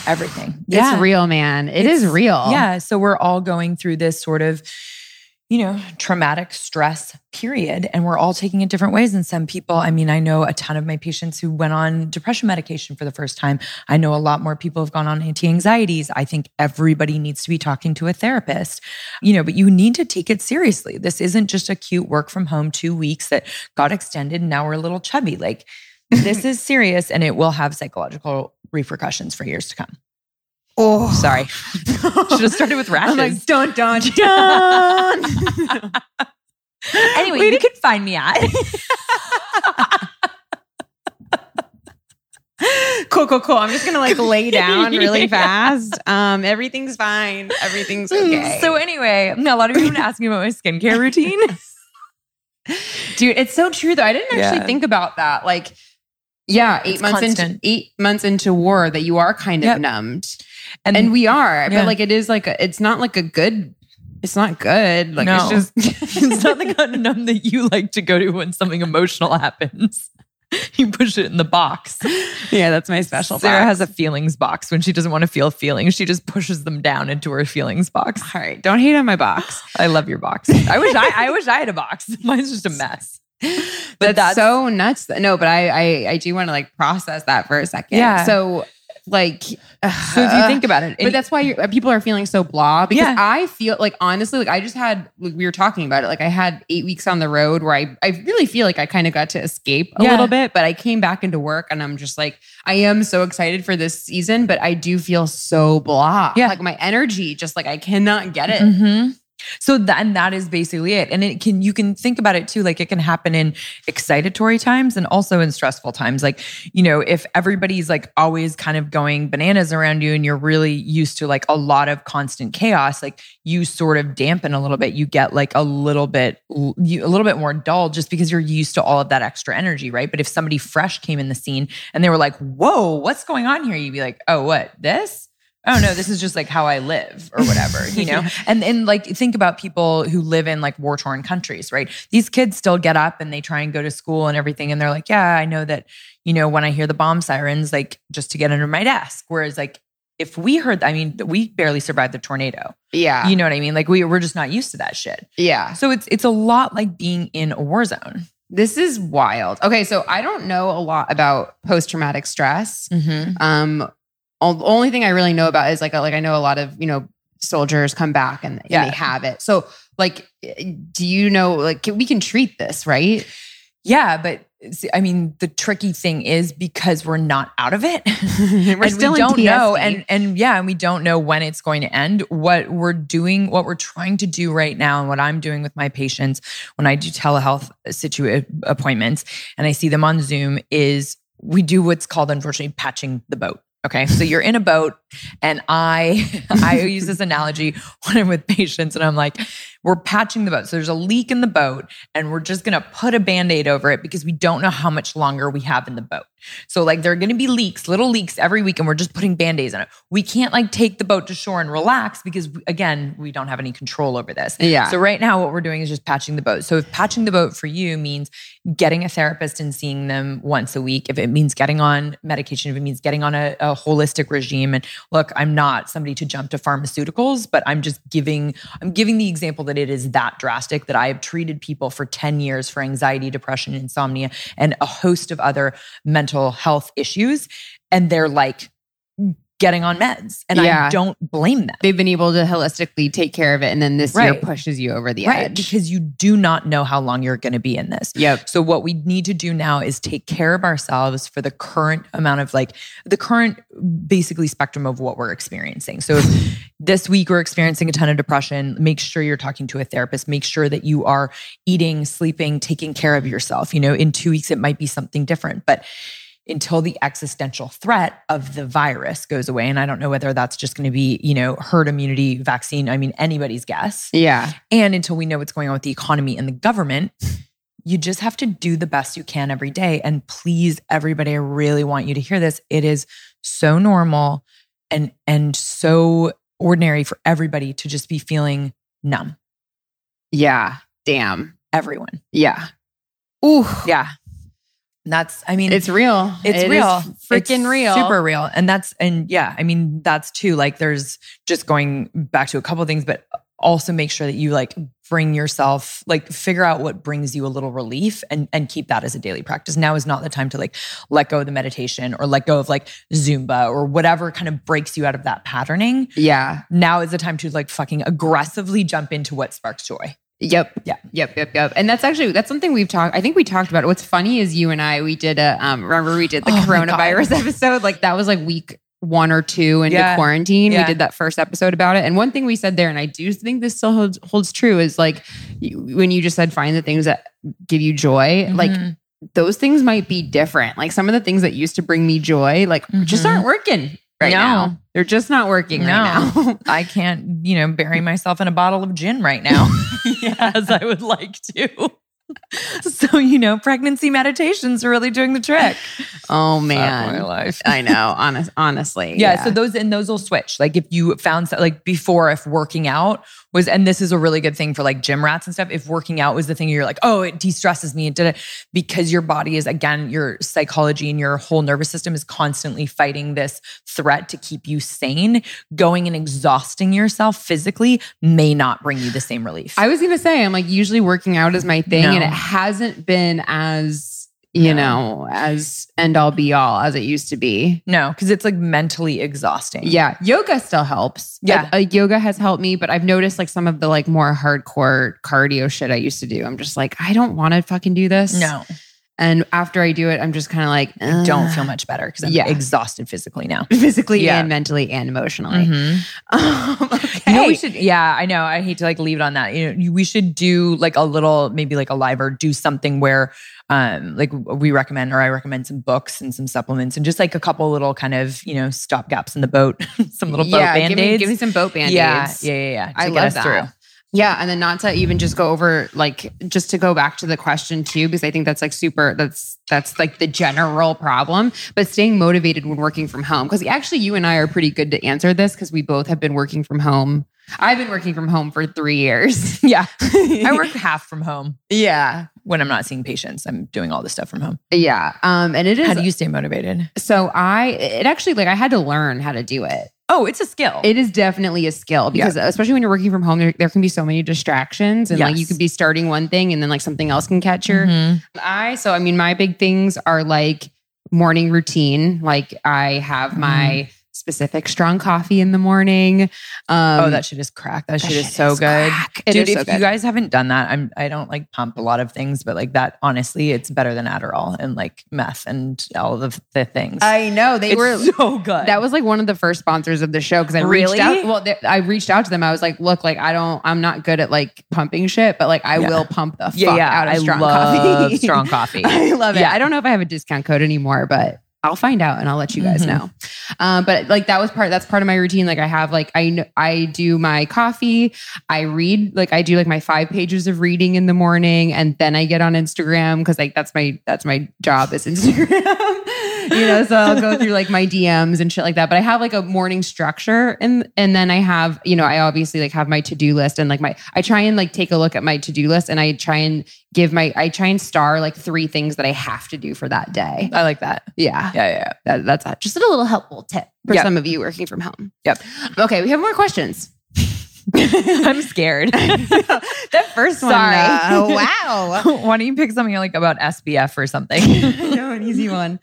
A: everything.
B: It's real, man. it's,
A: It's-
B: real.
A: Yeah. So we're all going through this sort of, you know, traumatic stress period, and we're all taking it different ways. And some people, I mean, I know a ton of my patients who went on depression medication for the first time. I know a lot more people have gone on anti anxieties. I think everybody needs to be talking to a therapist, you know, but you need to take it seriously. This isn't just a cute work from home two weeks that got extended and now we're a little chubby. Like, this is serious and it will have psychological repercussions for years to come.
B: Oh,
A: Sorry. Should have started with
B: I'm like
A: rashes.
B: dun dun dun.
A: anyway, you can find me at.
B: cool, cool, cool. I'm just gonna like lay down really
A: Yeah. Mm,
B: fast. Um, everything's fine. Everything's okay.
A: So anyway, a lot of people have been asking about my skincare routine.
B: dude, it's so true though. I didn't actually
A: Yeah.
B: think about that. Like, yeah, eight
A: It's
B: months into
A: constant.
B: eight months into war, that you are kind of
A: Yep.
B: numbed, and we are.
A: Yeah.
B: But like, it is like a, it's not like a good. It's not good. Like
A: No.
B: it's just
A: it's not the kind of numb that you like to go to when something emotional happens. You push it in the box.
B: yeah. That's my special.
A: Sarah
B: box.
A: has a feelings box. When she doesn't want to feel feelings, she just pushes them down into her feelings box.
B: All right, don't hate on my box.
A: I love your box. I wish I, I wish I had a box. Mine's just a mess.
B: But that's, so nuts. that- No, but I I, I do want to like process that for a second.
A: Yeah.
B: So like
A: so if you think about it,
B: uh, but that's why you're, people are feeling so blah because
A: Yeah.
B: I feel like honestly, like I just had like, we were talking about it. Like I had eight weeks on the road where I I really feel like I kind of got to escape a
A: Yeah.
B: little bit, but I came back into work and I'm just like I am so excited for this season, but I do feel so blah.
A: Yeah.
B: like my energy, just like I cannot get it.
A: hmm So then that is basically it. And it can you can think about it too. Like it can happen in excitatory times and also in stressful times. Like, you know, if everybody's like always kind of going bananas around you and you're really used to like a lot of constant chaos, like you sort of dampen a little bit. You get like a little bit you, a little bit more dull just because you're used to all of that extra energy, right? But if somebody fresh came in the scene and they were like, whoa, what's going on here? You'd be like, oh, what, this? oh no this is just like how i live or whatever you know and and like think about people who live in like war torn countries right these kids still get up and they try and go to school and everything and they're like yeah i know that you know when i hear the bomb sirens like just to get under my desk whereas like if we heard i mean we barely survived the tornado
B: Yeah,
A: you know what i mean like we we're just not used to that shit
B: yeah.
A: so it's it's a lot like being in a war zone
B: This is wild. Okay, so I don't know a lot about post traumatic stress.
A: Mm-hmm.
B: Um, o- only thing I really know about is like like I know a lot of you know soldiers come back and, and
A: Yeah.
B: they have it. So like, eh, do you know like can, we can treat this right?
A: Yeah, but see, I mean, the tricky thing is because we're not out of it.
B: We're
A: and we don't know, and and yeah, and we don't know when it's going to end. What we're doing, what we're trying to do right now, and what I'm doing with my patients when I do telehealth situ- uh, appointments and I see them on Zoom is we do what's called unfortunately patching the boat. Okay, so you're in a boat, and I I use this analogy when I'm with patients, and I'm like, we're patching the boat. So there's a leak in the boat, and we're just gonna put a band aid over it because we don't know how much longer we have in the boat. So like there are going to be leaks, little leaks every week, and we're just putting band-aids on it. We can't like take the boat to shore and relax because again, we don't have any control over this.
B: yeah,
A: So right now what we're doing is just patching the boat. So if patching the boat for you means getting a therapist and seeing them once a week, if it means getting on medication, if it means getting on a, a holistic regime and look, I'm not somebody to jump to pharmaceuticals, but I'm just giving I'm giving the example that it is that drastic that I have treated people for 10 years for anxiety, depression, insomnia and a host of other mental health issues and they're like getting on meds and
B: Yeah.
A: I don't blame them.
B: they've been able to holistically take care of it, and then this year
A: Right.
B: pushes you over the
A: Right,
B: edge.
A: because you do not know how long you're going to be in this.
B: Yep.
A: So what we need to do now is take care of ourselves for the current amount of like the current basically spectrum of what we're experiencing. So if this week we're experiencing a ton of depression, make sure you're talking to a therapist, make sure that you are eating, sleeping, taking care of yourself. You know, in 2 weeks it might be something different, but until the existential threat of the virus goes away and I don't know whether that's just going to be, you know, herd immunity vaccine, I mean anybody's guess.
B: Yeah.
A: And until we know what's going on with the economy and the government, you just have to do the best you can every day. And please, everybody, I really want you to hear this. It is so normal and and so ordinary for everybody to just be feeling numb.
B: Yeah. Damn.
A: Everyone.
B: Yeah. Ooh.
A: Yeah. And that's, I mean,
B: It's real.
A: it's
B: It is
A: real
B: Freaking
A: It's
B: real.
A: super real and that's and yeah i mean that's too like there's just going back to a couple things but also make sure that you like bring yourself like figure out what brings you a little relief and and keep that as a daily practice now is not the time to like let go of the meditation or let go of like zumba or whatever kind of breaks you out of that patterning
B: Yeah.
A: now is the time to like fucking aggressively jump into what sparks joy
B: Yep.
A: Yeah.
B: Yep. Yep. Yep. And that's actually that's something we've talked. I think we talked about. It. What's funny is you and I we did a um remember we did the
A: Oh my
B: coronavirus
A: God.
B: episode like that was like week one or two into
A: Yeah.
B: quarantine. We
A: Yeah.
B: did that first episode about it. And one thing we said there, and I do think this still holds, holds true, is like you, when you just said find the things that give you joy, like
A: Mhm.
B: those things might be different. Like some of the things that used to bring me joy, like just
A: Mhm.
B: aren't working right
A: No.
B: now. They're just not working right
A: No.
B: now.
A: I can't, you know, bury myself in a bottle of gin right now as I would like to. So, you know, pregnancy meditations are really doing the trick.
B: oh
A: Fuck my
B: man.
A: life.
B: I know. Honest, honestly.
A: Yeah, So those and those will switch. Like if you found so- like before, if working out was, and this is a really good thing for like gym rats and stuff. If working out was the thing, you're like, oh, it de-stresses me. It did it because your body is again your psychology and your whole nervous system is constantly fighting this threat to keep you sane. Going and exhausting yourself physically may not bring you the same relief.
B: I was gonna say, I'm like usually working out is my thing,
A: No.
B: and it hasn't been as you know as end all be all as it used to be.
A: no, because it's like mentally exhausting.
B: Yeah, yoga still helps.
A: Yeah.
B: Uh, uh, yoga has helped me, but I've noticed like some of the like more hardcore cardio shit I used to do. I'm just like, I don't want to fucking do this.
A: No,
B: And after I do it, I'm just kind of like,
A: I don't
B: ugh,
A: feel much better because I'm
B: Yeah.
A: exhausted physically now.
B: physically
A: Yeah.
B: and mentally and emotionally.
A: Mhm.
B: Um, okay.
A: You know, we should. Yeah, I know. I hate to like leave it on that. You know, you- we should do like a little, maybe like a live or do something where, um, like we recommend or I recommend some books and some supplements and just like a couple little kind of you know stop gaps in the boat, some little boat
B: yeah, give me-
A: band aids.
B: Give me, some boat band aids.
A: yeah, yeah, yeah, yeah. to
B: I
A: get
B: love
A: us
B: that.
A: through.
B: Yeah, and then not to even just go over like just to go back to the question too, because I think that's like super. That's that's like the general problem. But staying motivated when working from home, because actually you and I are pretty good to answer this because we both have been working from home. I've been working from home for three years.
A: Yeah, I work half from home
B: Yeah,
A: when I'm not seeing patients. I'm doing all this stuff from home.
B: yeah. Um, and it is
A: How do you stay motivated?
B: so I. It actually like I had to learn how to do it.
A: Oh, it's a skill.
B: It is definitely a skill because especially when you're working from home, there, there can be so many distractions and like you
A: Yes.
B: could be starting one thing and then like something else can catch your
A: Mhm.
B: eye. So I mean, my big things are like morning routine. Like I have
A: Mm-hmm.
B: my specific strong coffee in the morning. Um,
A: oh, that shit is crack. That, shit, is so good.
B: crack. It
A: Dude,
B: is so
A: if
B: good.
A: you guys haven't done that, I'm I don't like pump a lot of things, but like that, honestly, it's better than Adderall and like meth and all of the things.
B: I know they
A: it's
B: were
A: so good.
B: That was like one of the first sponsors of the show because I
A: Really?
B: reached out. Well, th- I reached out to them. I was like, "Look, like I don't, I'm not good at like pumping shit, but like I
A: Yeah.
B: will pump the fuck
A: yeah, yeah.
B: out of
A: I
B: strong
A: love
B: coffee.
A: strong coffee.
B: I love it.
A: Yeah.
B: I don't know if I have a discount code anymore, but I'll find out and I'll let you guys
A: Mhm.
B: know. Um, but like that was part. That's part of my routine. Like I have like I kn- I do my coffee. I read like I do like my five pages of reading in the morning, and then I get on Instagram because like that's my that's my job is Instagram. you know, so I'll go through like my DMs and shit like that. But I have like a morning structure, and and then I have you know I obviously like have my to do list and like my I try and like take a look at my to do list and I try and give my I try and star like three things that I have to do for that day.
A: I like that.
B: Yeah,
A: Yeah, yeah.
B: that, that's a, just a little helpful tip for
A: Yep.
B: some of you working from home.
A: Yep.
B: Okay, we have more questions.
A: yeah. I'm scared.
B: that first
A: Sorry.
B: Oh, wow.
A: Why don't you pick something like about SBF or something?
B: no, an easy one.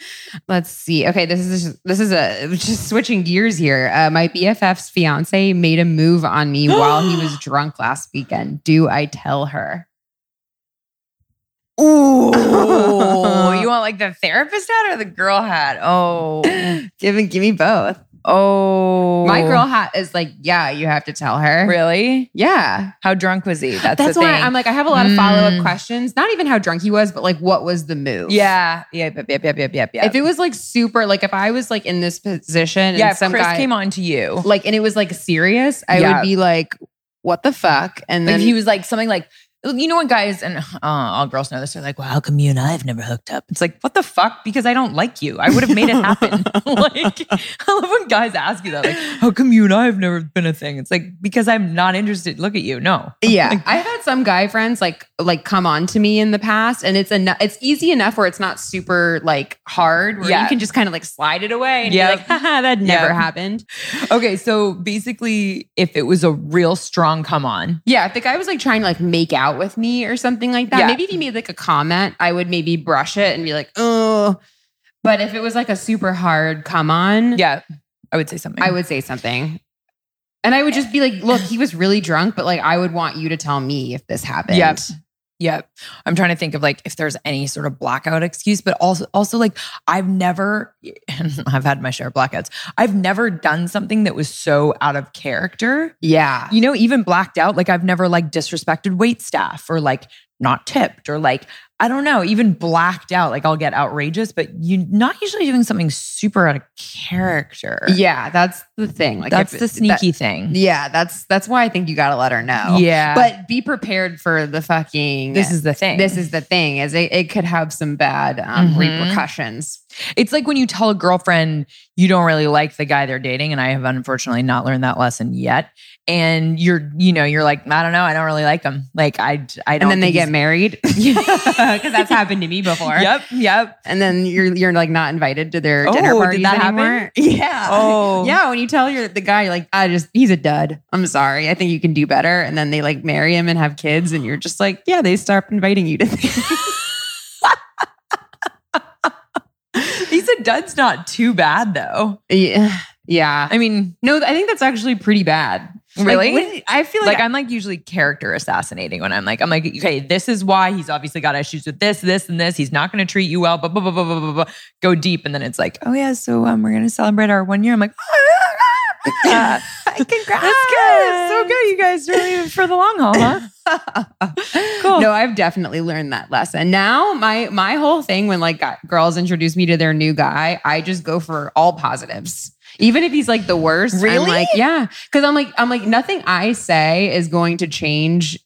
B: Let's see. Okay, this is this is a just switching gears here. Uh, my BFF's fiance made a move on me while he was drunk last weekend. Do I tell her?
A: Ooh, you want like the therapist hat or the girl hat? Oh,
B: Give me, give me both.
A: oh,
B: My girl hat is like, yeah, you have to tell her.
A: Really?
B: Yeah,
A: How drunk was he? That's,
B: that's
A: the
B: why
A: thing.
B: I'm like, I have a lot of follow up
A: Mm.
B: questions. Not even how drunk he was, but like, what was the move?
A: yeah, yeah, yep, yep, yep, yep, yep. yep.
B: If it was like super, like if I was like in this position,
A: yeah,
B: and
A: if
B: some
A: Chris
B: guy,
A: came on to you.
B: like, and it was like serious, I
A: Yeah.
B: would be like, what the fuck? And
A: Like
B: then
A: if he was like something like, you know, when guys and uh, all girls know this, they're like, "Well, how come you and I have never hooked up?" It's like, what the fuck? Because I don't like you. I would have made it happen. like, I love when guys ask you that, like, "How come you and I have never been a thing?" It's like because I'm not interested. Look at you. No.
B: Yeah, I've had some guy friends like like come on to me in the past, and it's enough. It's easy enough where it's not super like hard, where
A: Yeah.
B: you can just kind of like slide it away and yeah.
A: Yeah.
B: be like, Haha, that never
A: Yeah.
B: happened.
A: Okay, so basically, if it was a real strong come on,
B: Yeah, if the guy was like trying to like make out with me or something like that,
A: Yeah.
B: maybe if he made like a comment, I would maybe brush it and be like, oh. But if it was like a super hard come on,
A: yeah, I would say something.
B: I would say something. And I would just be like, look, he was really drunk, but like I would want you to tell me if this happened.
A: Yep. Yep. I'm trying to think of like if there's any sort of blackout excuse, but also also like I've never I've had my share of blackouts. I've never done something that was so out of character.
B: Yeah.
A: You know, even blacked out, like I've never like disrespected wait staff or like not tipped or like I don't know, even blacked out, like I'll get outrageous, but you not usually doing something super out of character.
B: Yeah, that's the thing. Like
A: That's
B: if-
A: the
B: that-
A: sneaky thing.
B: yeah, that's that's why I think you got to let her know.
A: Yeah.
B: But be prepared for the fucking
A: this is the thing.
B: this is the thing is it, it could have some bad um,
A: Mhm.
B: repercussions.
A: It's like when you tell a girlfriend you don't really like the guy they're dating, and I have unfortunately not learned that lesson yet. And you're, you know, you're like, I don't know, I don't really like him. Like I, I
B: And
A: don't.
B: then they get married because that's happened to me before.
A: Yep, yep.
B: And then you're you're like not invited to their dinner
A: Oh, did
B: parties
A: that happen?
B: anymore. Yeah.
A: Oh,
B: Yeah, when you tell your the guy, you're like, I just he's a dud. I'm sorry. I think you can do better. And then they like marry him and have kids, and you're just like, yeah, they start inviting you to things.
A: He's a dud's not too bad though.
B: yeah. Yeah.
A: I mean,
B: No, I think that's actually pretty bad. Like,
A: really.
B: what did- I feel like,
A: like I'm like usually character assassinating when I'm like I'm like okay this is why he's obviously got issues with this this and this he's not going to treat you well blah blah blah blah blah blah blah go deep and then it's like oh yeah so um we're going to celebrate our one year I'm like "Ah,
B: I,
A: That's good. It's so good. You guys really for the long haul, huh? Cool.
B: No, I've definitely learned that lesson. Now, my my whole thing when like guy- girls introduce me to their new guy, I just go for all positives. Even if he's like the worst, I'm
A: Really?
B: like, yeah, cuz I'm like I'm like nothing I say is going to change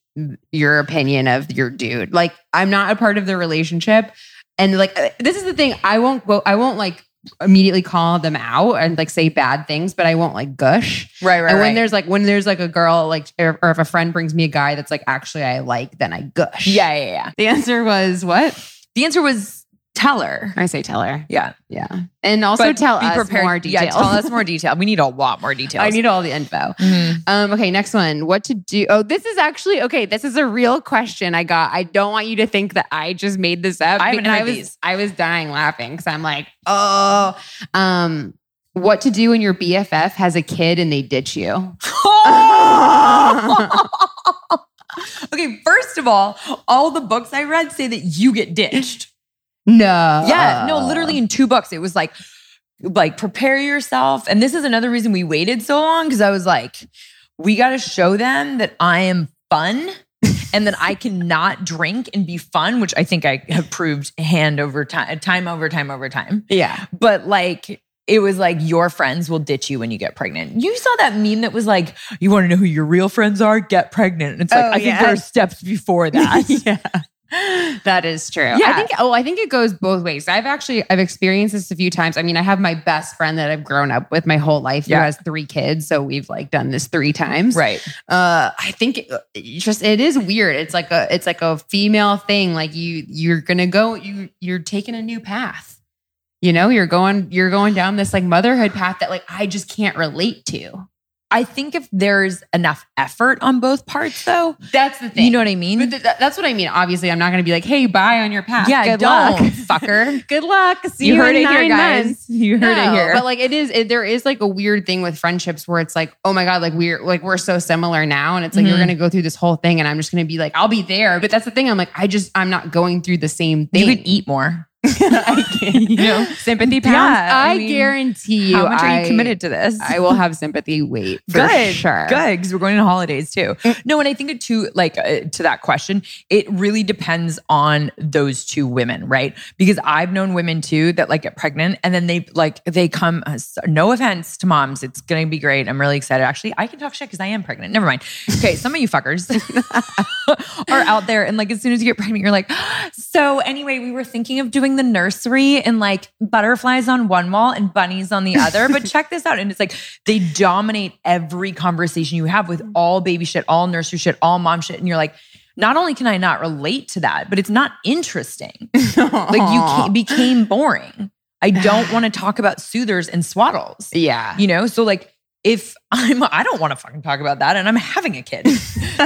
B: your opinion of your dude. Like I'm not a part of the relationship and like uh, this is the thing, I won't go I won't like immediately call them out and like say bad things, but I won't like gush
A: Right, right.
B: and when
A: right.
B: there's like when there's like a girl like or, or if a friend brings me a guy that's like actually I like, then I gush.
A: yeah, yeah, yeah.
B: The answer was what?
A: The answer was Tell her.
B: I say tell her.
A: Yeah.
B: Yeah. And also
A: But
B: tell
A: be
B: us
A: prepared-
B: more detail.
A: Yeah, tell us more detail. We need a lot more details.
B: I need all the info.
A: Mhm.
B: Um, okay, next one. What to do? Oh, this is actually okay. This is a real question I got. I don't want you to think that I just made this up.
A: I haven't
B: and I
A: heard
B: was
A: these.
B: I was dying laughing because I'm like, oh, um, what to do when your BFF has a kid and they ditch you?
A: Oh! okay, first of all, all the books I read say that you get ditched.
B: No. Oh.
A: yeah,
B: Ah.
A: no, literally in two books, it was like, like prepare yourself. And this is another reason we waited so long because I was like, we got to show them that I am fun and that I cannot drink and be fun, which I think I have proved hand over time, time over time over time.
B: Yeah.
A: but like it was like your friends will ditch you when you get pregnant. You saw that meme that was like, you want to know who your real friends are? Get pregnant. And it's like,
B: Oh,
A: I think
B: yeah.
A: there are steps before that.
B: That is true. I
A: Yeah.
B: think oh, I think it goes both ways. I've actually I've experienced this a few times. I mean, I have my best friend that I've grown up with my whole life who
A: Yeah.
B: has three kids, so we've like done this three times.
A: Right.
B: Uh I think it, it's just it is weird. It's like a it's like a female thing like you you're going to go you you're taking a new path. You know, you're going you're going down this like motherhood path that like I just can't relate to.
A: I think if there's enough effort on both parts, though,
B: That's the
A: you know what I mean?
B: But th- th- that's what I mean. Obviously, I'm not going to be like, "Hey, bye on your path."
A: yeah,
B: Good
A: don't,
B: luck.
A: fucker.
B: Good luck. See you, in nine months.
A: You heard
B: No,
A: it here.
B: But like it is, it, there is like a weird thing with friendships where it's like, oh my god, like we're like we're so similar now, and it's like you're
A: Mhm.
B: gonna go through this whole thing, and I'm just gonna be like, I'll be there. But that's the thing. I'm like, I just I'm not going through the same thing.
A: you could eat more.
B: I can't, you know, sympathy pounds.
A: Yeah,
B: I,
A: I mean,
B: guarantee you.
A: How much are
B: I-
A: you committed to this?
B: I will have sympathy weight for
A: good,
B: sure. Mm.
A: Good, because we're going on holidays too. No, and I think it too, like uh, to that question, it really depends on those two women, right? Because I've known women too that like get pregnant and then they like they come. uh, s- no offense to moms, it's gonna be great. I'm really excited. Actually, I can talk shit because I am pregnant. Never mind. Okay, some of you fuckers are out there and like as soon as you get pregnant, you're like, so anyway, we were thinking of doing the nursery and like butterflies on one wall and bunnies on the other. But check this out. And it's like they dominate every conversation you have with all baby shit, all nursery shit, all mom shit. And you're like, not only can I not relate to that, but it's not interesting. Like you ca- became boring. I don't want to talk about soothers and swaddles.
B: Yeah.
A: You know, so like if I'm, I don't want to fucking talk about that and I'm having a kid.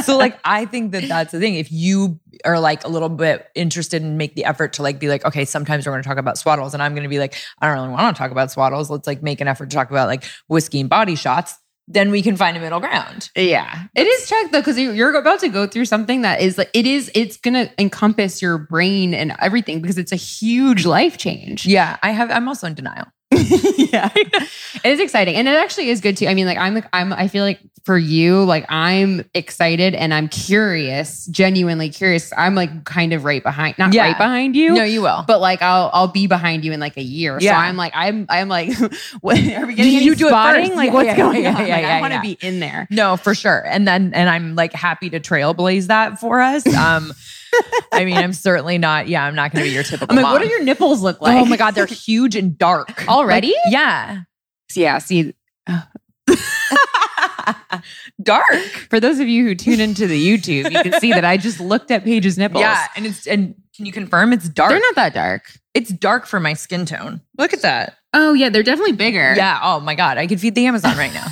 A: so like, I think that that's the thing. If you are like a little bit interested and make the effort to like be like, okay, sometimes we're going to talk about swaddles and I'm going to be like, I don't really want to talk about swaddles. Let's like make an effort to talk about like whiskey and body shots. Then we can find a middle ground.
B: Yeah, it is checked though because you're about to go through something that is like it is. It's gonna encompass your brain and everything because it's a huge life change.
A: Yeah. I have, I'm also in denial.
B: yeah, it is exciting and it actually is good too. I mean, like I'm like I'm I feel like for you, like I'm excited and I'm curious, genuinely curious. I'm like kind of right behind, not
A: Yeah.
B: right behind you.
A: No, you will.
B: but like I'll I'll be behind you in like a year, so
A: Yeah.
B: I'm like I'm I'm like, what, are we getting
A: You
B: any
A: do it
B: spotting?
A: first.
B: Like
A: Yeah,
B: what's
A: yeah,
B: going
A: yeah,
B: on?
A: yeah,
B: like, I
A: yeah,
B: want to
A: yeah.
B: be in there.
A: No, for sure. And then and I'm like happy to trailblaze that for us. Um I mean, I'm certainly not, yeah, I'm not gonna be your typical.
B: I'm like, what
A: mom.
B: do your nipples look like?
A: Oh my god, they're huge and dark.
B: Already?
A: Like, yeah.
B: yeah, see,
A: dark.
B: For those of you who tune into the YouTube, you can see that I just looked at Paige's nipples.
A: Yeah. And it's and can you confirm it's dark?
B: They're not that dark.
A: it's dark for my skin tone. Look at that.
B: Oh, yeah, they're definitely bigger.
A: Yeah. Oh my god. I could feed the Amazon right now.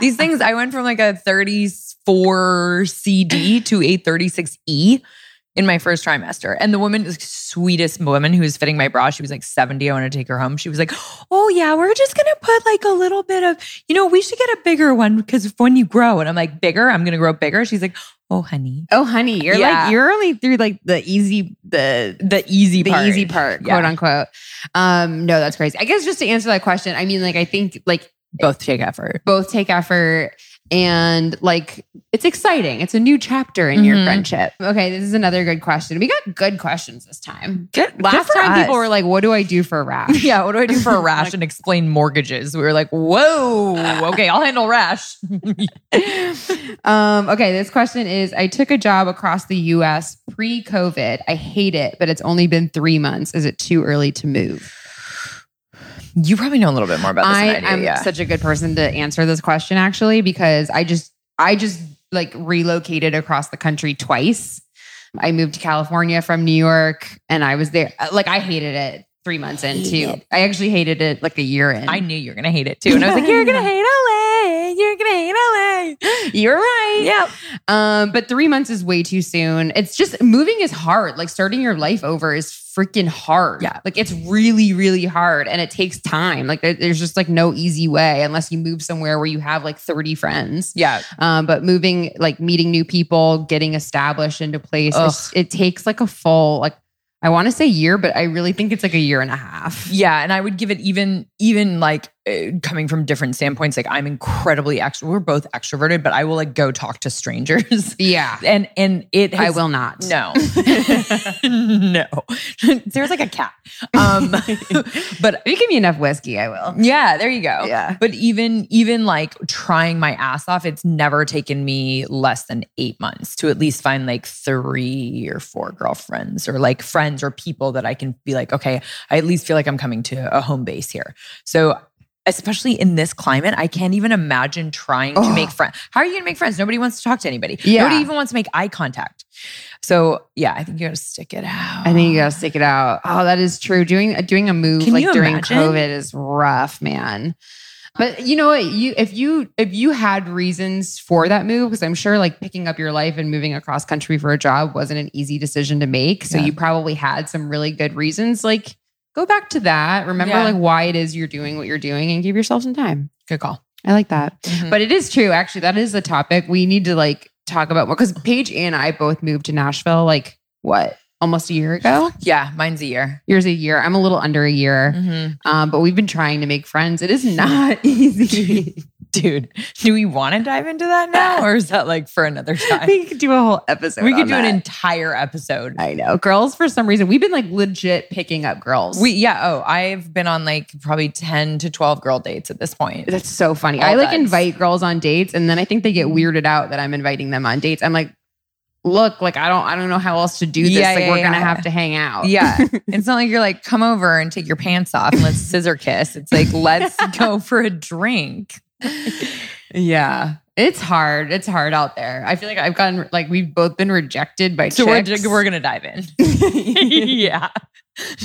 A: These things, I went from like a 34 CD to a 36E in my first trimester. And the woman, the sweetest woman who was fitting my bra, she was like 70. I want to take her home. She was like, Oh, yeah, we're just going to put like a little bit of, you know, we should get a bigger one because when you grow, and I'm like, Bigger, I'm going to grow bigger. She's like, Oh, honey.
B: oh, honey, you're
A: Yeah.
B: like, you're only through like the easy, the,
A: The easy
B: the
A: part.
B: easy part,
A: Yeah.
B: quote unquote. Um, no, that's crazy. I guess just to answer that question, I mean, like, I think like
A: Both take effort.
B: both take effort and like it's exciting. It's a new chapter in your
A: Mhm.
B: friendship. Okay, this is another good question. We got good questions this time.
A: Good.
B: Last time people were like, what do I do for a rash?
A: yeah, what do I do for a rash and explain mortgages? We were like, whoa, okay, I'll handle rash.
B: um, okay, this question is I took a job across the US pre COVID. I hate it, but it's only been three months. Is it too early to move?
A: You probably know a little bit more about this
B: I
A: than I do.
B: am
A: yeah.
B: such a good person to answer this question actually, because I just I just like relocated across the country twice. I moved to California from New York and I was there. uh, Like I hated it three months in
A: Hate
B: too.
A: it.
B: I actually hated it like a year in.
A: I knew you were gonna hate it too. And I was like, you're gonna hate LA. You're gonna hate LA.
B: You're right.
A: Yep.
B: Um, but three months is way too soon. It's just moving is hard. Like starting your life over is freaking hard.
A: Yeah.
B: Like it's really, really hard and it takes time. Like there- there's just like no easy way unless you move somewhere where you have like 30 friends.
A: Yeah.
B: Um, but moving, like meeting new people, getting established into place, it's- it takes like a full, like I want to say year, but I really think it's like a year and a half.
A: Yeah, and I would give it even even like uh, coming from different standpoints. Like I'm incredibly extro. We're both extroverted, but I will like go talk to strangers,
B: Yeah.
A: and and it.
B: I
A: Has,
B: will not.
A: No, no. There's like a cat. Um, but
B: If you give me enough whiskey, I will.
A: yeah, there you go.
B: Yeah.
A: But even even like trying my ass off, it's never taken me less than eight months to at least find like three or four girlfriends or like friends or people that I can be like, okay, I at least feel like I'm coming to a home base here. So especially in this climate, I can't even imagine trying to
B: Ugh.
A: make friends. How are you gonna make friends? Nobody wants to talk to anybody.
B: Yeah.
A: Nobody even wants to make eye contact. So yeah, I think you gotta stick it out.
B: I think you gotta stick it out. Oh, that is true. Doing doing a move
A: Can
B: like
A: you
B: during
A: imagine?
B: COVID is rough, man. But you know what? You if you if you had reasons for that move, because I'm sure like picking up your life and moving across country for a job wasn't an easy decision to make. So
A: Yeah.
B: you probably had some really good reasons. Like go back to that. Remember
A: Yeah.
B: like why it is you're doing what you're doing and give yourself some time.
A: good call.
B: I like that.
A: Mhm.
B: But it is true, actually. That is the topic we need to like talk about more because Paige and I both moved to Nashville like what almost a year ago.
A: yeah, mine's a year.
B: Yours a year. I'm a little under a year,
A: Mhm.
B: um, but we've been trying to make friends. It is not easy.
A: Dude, do we want to dive into that now or is that like for another time?
B: we could do a whole episode.
A: We
B: on
A: could do an
B: that.
A: entire episode.
B: I know girls for some reason. We've been like legit picking up girls.
A: We yeah, oh, I've been on like probably 10 to 12 girl dates at this point.
B: that's so funny.
A: All Mm-hmm.
B: I like
A: buds.
B: invite girls on dates, and then I think they get weirded out that I'm inviting them on dates. I'm like, look, like I don't, I don't know how else to do this.
A: Yeah,
B: like
A: yeah,
B: we're
A: yeah.
B: gonna have to hang out.
A: Yeah. it's not like you're like come over and take your pants off and let's scissor kiss. It's like let's go for a drink.
B: yeah. It's hard. It's hard out there. I feel like I've gotten like we've both been rejected by
A: So we're,
B: chicks.
A: we're going to dive in. yeah.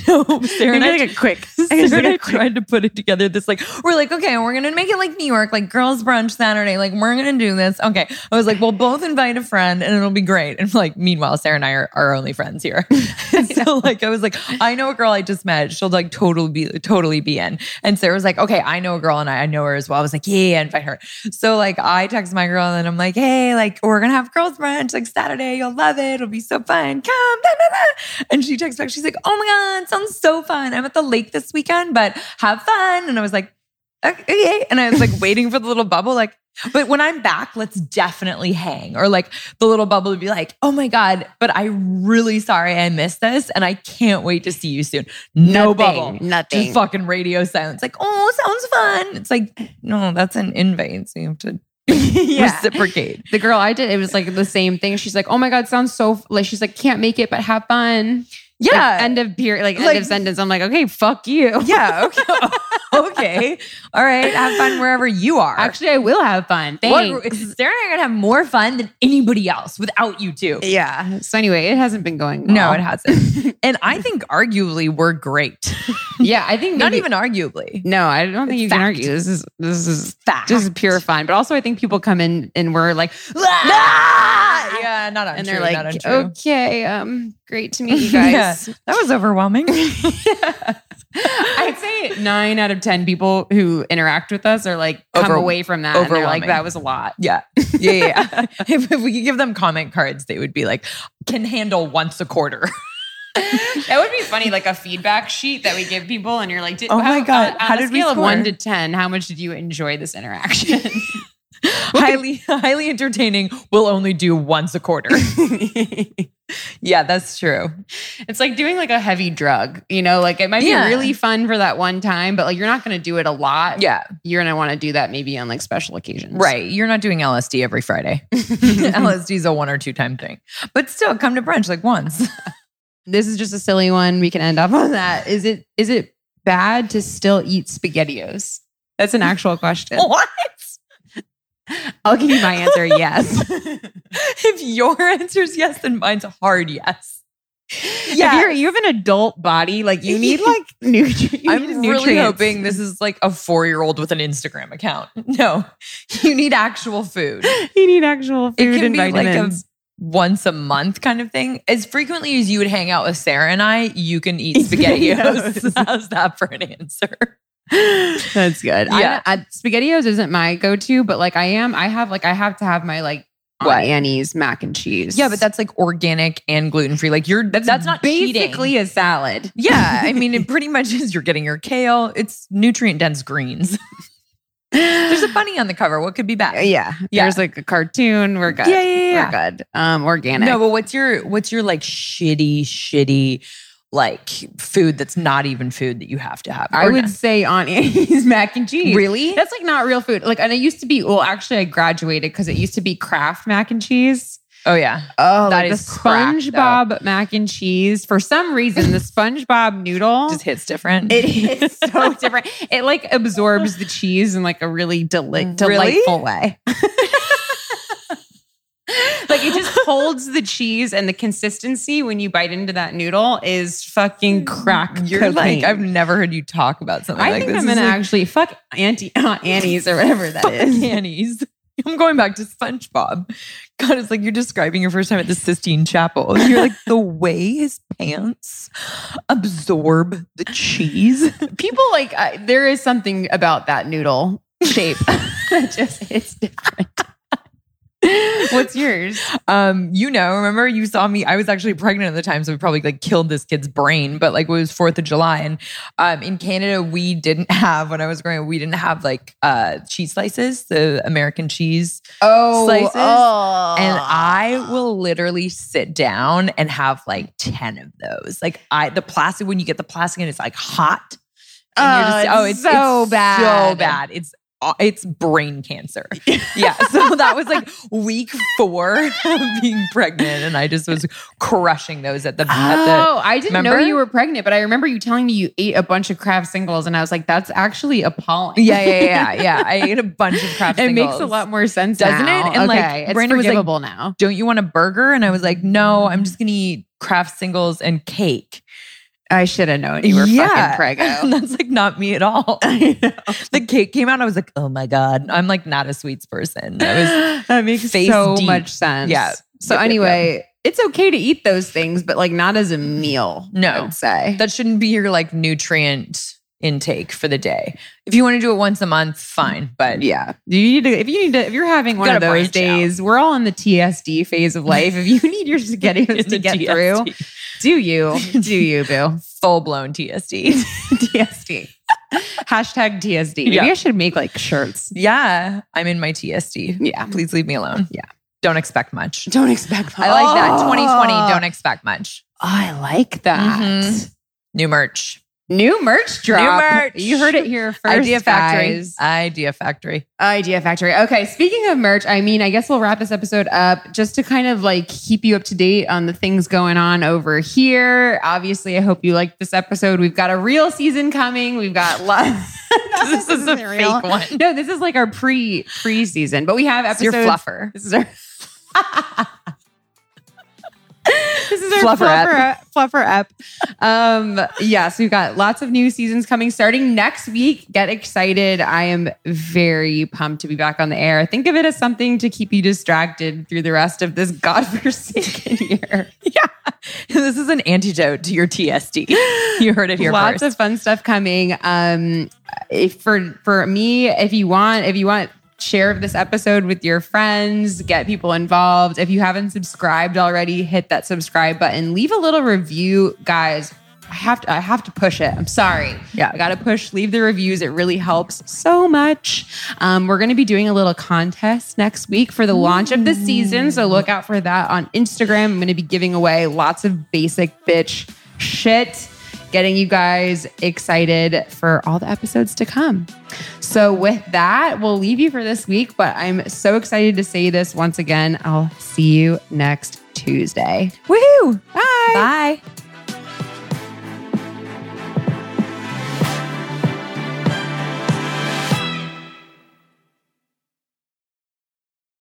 A: No, Sarah and I
B: Maybe like a quick.
A: Sarah
B: like
A: and I
B: a quick-
A: tried to put it together. This like we're like okay, we're gonna make it like New York, like girls brunch Saturday. Like we're gonna do this. Okay, I was like, we'll both invite a friend and it'll be great. And like meanwhile, Sarah and I are our only friends here. so like I was like, I know a girl I just met. She'll like totally be totally be in. And Sarah was like, okay, I know a girl and I, I know her as well. I was like, yeah, yeah, invite her. So like I text my girl and I'm like, hey, like we're gonna have girls brunch like Saturday. You'll love it. It'll be so fun. Come. da, da, da." And she texts back. She's like, oh my god, sounds so fun. I'm at the lake this weekend, but have fun. And I was like, "Ok- okay. And I was like waiting for the little bubble, like. But when I'm back, let's definitely hang. Or like the little bubble would be like, oh my God, but I'm really sorry I missed this and I can't wait to see you soon. No bubble.
B: Nothing.
A: Just fucking radio silence. Like, oh, sounds fun. It's like, no, that's an invite. So you have to
B: yeah.
A: reciprocate.
B: The girl I did, it was like the same thing. She's like, "Oh my god, sounds so f-" like." She's like, "Can't make it, but have fun." Like,
A: Yeah.
B: end of period. Like,
A: Like-
B: end of sentence. I'm like, "Okay, fuck you."
A: yeah. Okay. okay. All right. Have fun wherever you are.
B: Actually, I will have fun.
A: What-
B: Thanks.
A: Sarah and I are gonna have more fun than anybody else without you two.
B: Yeah. So anyway, it hasn't been going.
A: No,
B: well.
A: it hasn't. and I think arguably we're great.
B: Yeah, I think
A: Not
B: maybe-
A: even arguably.
B: No, I don't think
A: It's
B: you can
A: fact.
B: argue. This is this is
A: Fact.
B: just pure fun. But also, I think people come in and we're like,
A: Ah! Yeah, not untrue.
B: and they're
A: not
B: like,
A: untrue.
B: "Okay, um, great to meet you
A: Yeah.
B: guys."
A: That was overwhelming.
B: I'd say nine out of 10 people who interact with us are like, come
A: Over-
B: away from that. And they're like,
A: overwhelming.
B: that was a lot.
A: Yeah. Yeah. yeah, yeah. if, if we could give them comment cards, they would be like, can handle once a quarter.
B: That would be funny, like a feedback sheet that we give people. And you're like, did,
A: Oh my
B: how-
A: God,
B: on-
A: how
B: on a
A: did we
B: scale of one
A: score?
B: to 10, how much did you enjoy this interaction?
A: highly, highly entertaining. We'll only do once a quarter.
B: it's
A: yeah, that's true.
B: like doing like a heavy drug, you know, like it might be
A: Yeah.
B: really fun for that one time, but like you're not going to do it a lot.
A: Yeah.
B: You're going to want to do that maybe on like special occasions.
A: Right. You're not doing LSD every Friday. LSD is a one or two time thing, but still come to brunch like once.
B: This is just a silly one. We can end up on that. Is it, is it bad to still eat SpaghettiOs? That's an actual question.
A: what?
B: I'll give you my answer yes.
A: if your answer is yes, then mine's a hard yes.
B: If you're, you have an adult body, like you need like nutri- you
A: I'm
B: need
A: really
B: nutrients.
A: hoping this is like a four year old with an Instagram account. No, you need actual food.
B: you need actual food
A: It can
B: and
A: be like a
B: vitamins.
A: once a month kind of thing. As frequently as you would hang out with Sarah and I, you can eat spaghettios.
B: Spaghettios.
A: How's that for an answer?
B: That's good.
A: Yeah.
B: Yeah, I, I, Spaghettios isn't my go-to, but like I am, I have like I have to have my like Aunt
A: What?
B: Annie's mac and cheese.
A: Yeah, but that's like organic and gluten free. Like you're that's, not
B: basically
A: cheating.
B: a salad.
A: Yeah, I mean, it pretty much is. You're getting your kale. It's nutrient dense greens. There's a bunny on the cover. What could be bad?
B: yeah,
A: Yeah.
B: There's like a cartoon. We're good.
A: Yeah, yeah, yeah.
B: We're good. Um, organic.
A: No, but what's your what's your like shitty shitty like food that's not even food that you have to have?
B: I
A: Or
B: would
A: not-
B: say Aunt Annie's mac and cheese.
A: really.
B: That's like not real food. Like, and it used to be. Well, actually, I graduated because it used to be Kraft mac and cheese.
A: Oh yeah,
B: Oh,
A: That
B: like
A: is
B: the
A: crack, though.
B: SpongeBob mac and cheese. For some reason, the SpongeBob noodle.
A: just hits different.
B: it is so different. It like absorbs the cheese in like a really deli- delightful way. like it just holds the cheese and the consistency when you bite into that noodle is fucking crack.
A: You're
B: cocaine.
A: like I've never heard you talk about something
B: I
A: like
B: think
A: this.
B: I'm
A: This
B: gonna
A: is like
B: actually fuck Auntie Aunt Annie's or whatever that is.
A: Annie's. I'm going back to SpongeBob. God, it's like you're describing your first time at the Sistine Chapel. You're like the way his pants absorb the cheese.
B: People like uh, there is something about that noodle shape that just hits different. What's yours?
A: Um, you know, remember you saw me? I was actually pregnant at the time, so we probably like killed this kid's brain. But like, it was Fourth of July, and um, in Canada, we didn't have when I was growing up, we didn't have like uh, cheese slices, the American cheese
B: Oh,
A: Slices.
B: oh.
A: and I will literally sit down and have like 10 of those. Like I the plastic when you get the plastic and it's like hot. And
B: Oh, it's so
A: So
B: bad.
A: bad. It's uh, it's brain cancer. Yeah. So that was like week four of being pregnant. And I just was crushing those at the, at the
B: Oh, I didn't know
A: remember?
B: you were pregnant, but I remember you telling me you ate a bunch of Kraft singles, and I was like, "That's actually appalling."
A: yeah, yeah, yeah, yeah. I ate a bunch of crap.
B: it makes a lot more sense,
A: Doesn't
B: now.
A: it? And, like,
B: okay, it's
A: Brandon was like-
B: forgivable now.
A: Don't you want a burger? And I was like, no, I'm just gonna eat craft singles and cake.
B: I should have known you were fucking prego.
A: That's like not me at all. the cake came out. I was like, oh my God. I'm like not a sweets person. I was
B: that makes
A: face
B: so
A: deep.
B: much sense.
A: Yeah.
B: So
A: Yep, yep,
B: anyway, it's okay to eat those things, but like not as a meal.
A: No.
B: I would say
A: that shouldn't be your like nutrient intake for the day. If you want to do it once a month, fine. But
B: yeah. You need to if you need to if you're having one of
A: Gotta
B: those
A: branch
B: days, we're all in the TSD phase of life. If you need your spaghettios to get through, do you? Do you, Boo?
A: full blown TSD.
B: TSD. Hashtag TSD. Maybe
A: Yeah.
B: I should make like shirts.
A: yeah, I'm in my TSD.
B: Yeah.
A: Please leave me alone.
B: Yeah.
A: Don't expect much.
B: Don't expect
A: I like that.
B: Oh.
A: 2020, don't expect much.
B: I like that.
A: Mhm. New merch.
B: Mm-hmm. New merch drop.
A: merch.
B: You heard it here first.
A: Idea Factory.
B: guys.
A: Idea Factory.
B: Idea Factory. Okay, speaking of merch, I mean, I guess we'll wrap this episode up just to kind of like keep you up to date on the things going on over here. Obviously, I hope you liked this episode. We've got a real season coming. We've got lots.
A: this is a fake one.
B: No, this is like our pre pre season, but we have
A: It's your
B: episodes.
A: fluffer.
B: This is our. this is our
A: Fluffer up.
B: fluffer up. Fluffer up. Um, yes, we've got lots of new seasons coming starting next week. Get excited. I am very pumped to be back on the air. Think of it as something to keep you distracted through the rest of this godforsaken year.
A: this is an antidote to your TSD. You heard it here
B: Lots
A: first.
B: of fun stuff coming. Um, if for for me, if you want, if you want, share this episode with your friends. Get people involved. If you haven't subscribed already, hit that subscribe button. Leave a little review, guys. I have to. I have to push it. I'm sorry.
A: Yeah.
B: I got to push. Leave the reviews. It really helps so much. Um, we're going to be doing a little contest next week for the launch of the season. So look out for that on Instagram. I'm going to be giving away lots of basic bitch shit, getting you guys excited for all the episodes to come. So, with that, we'll leave you for this week, but I'm so excited to say this once again. I'll see you next Tuesday.
A: Woohoo!
B: Bye.
A: Bye.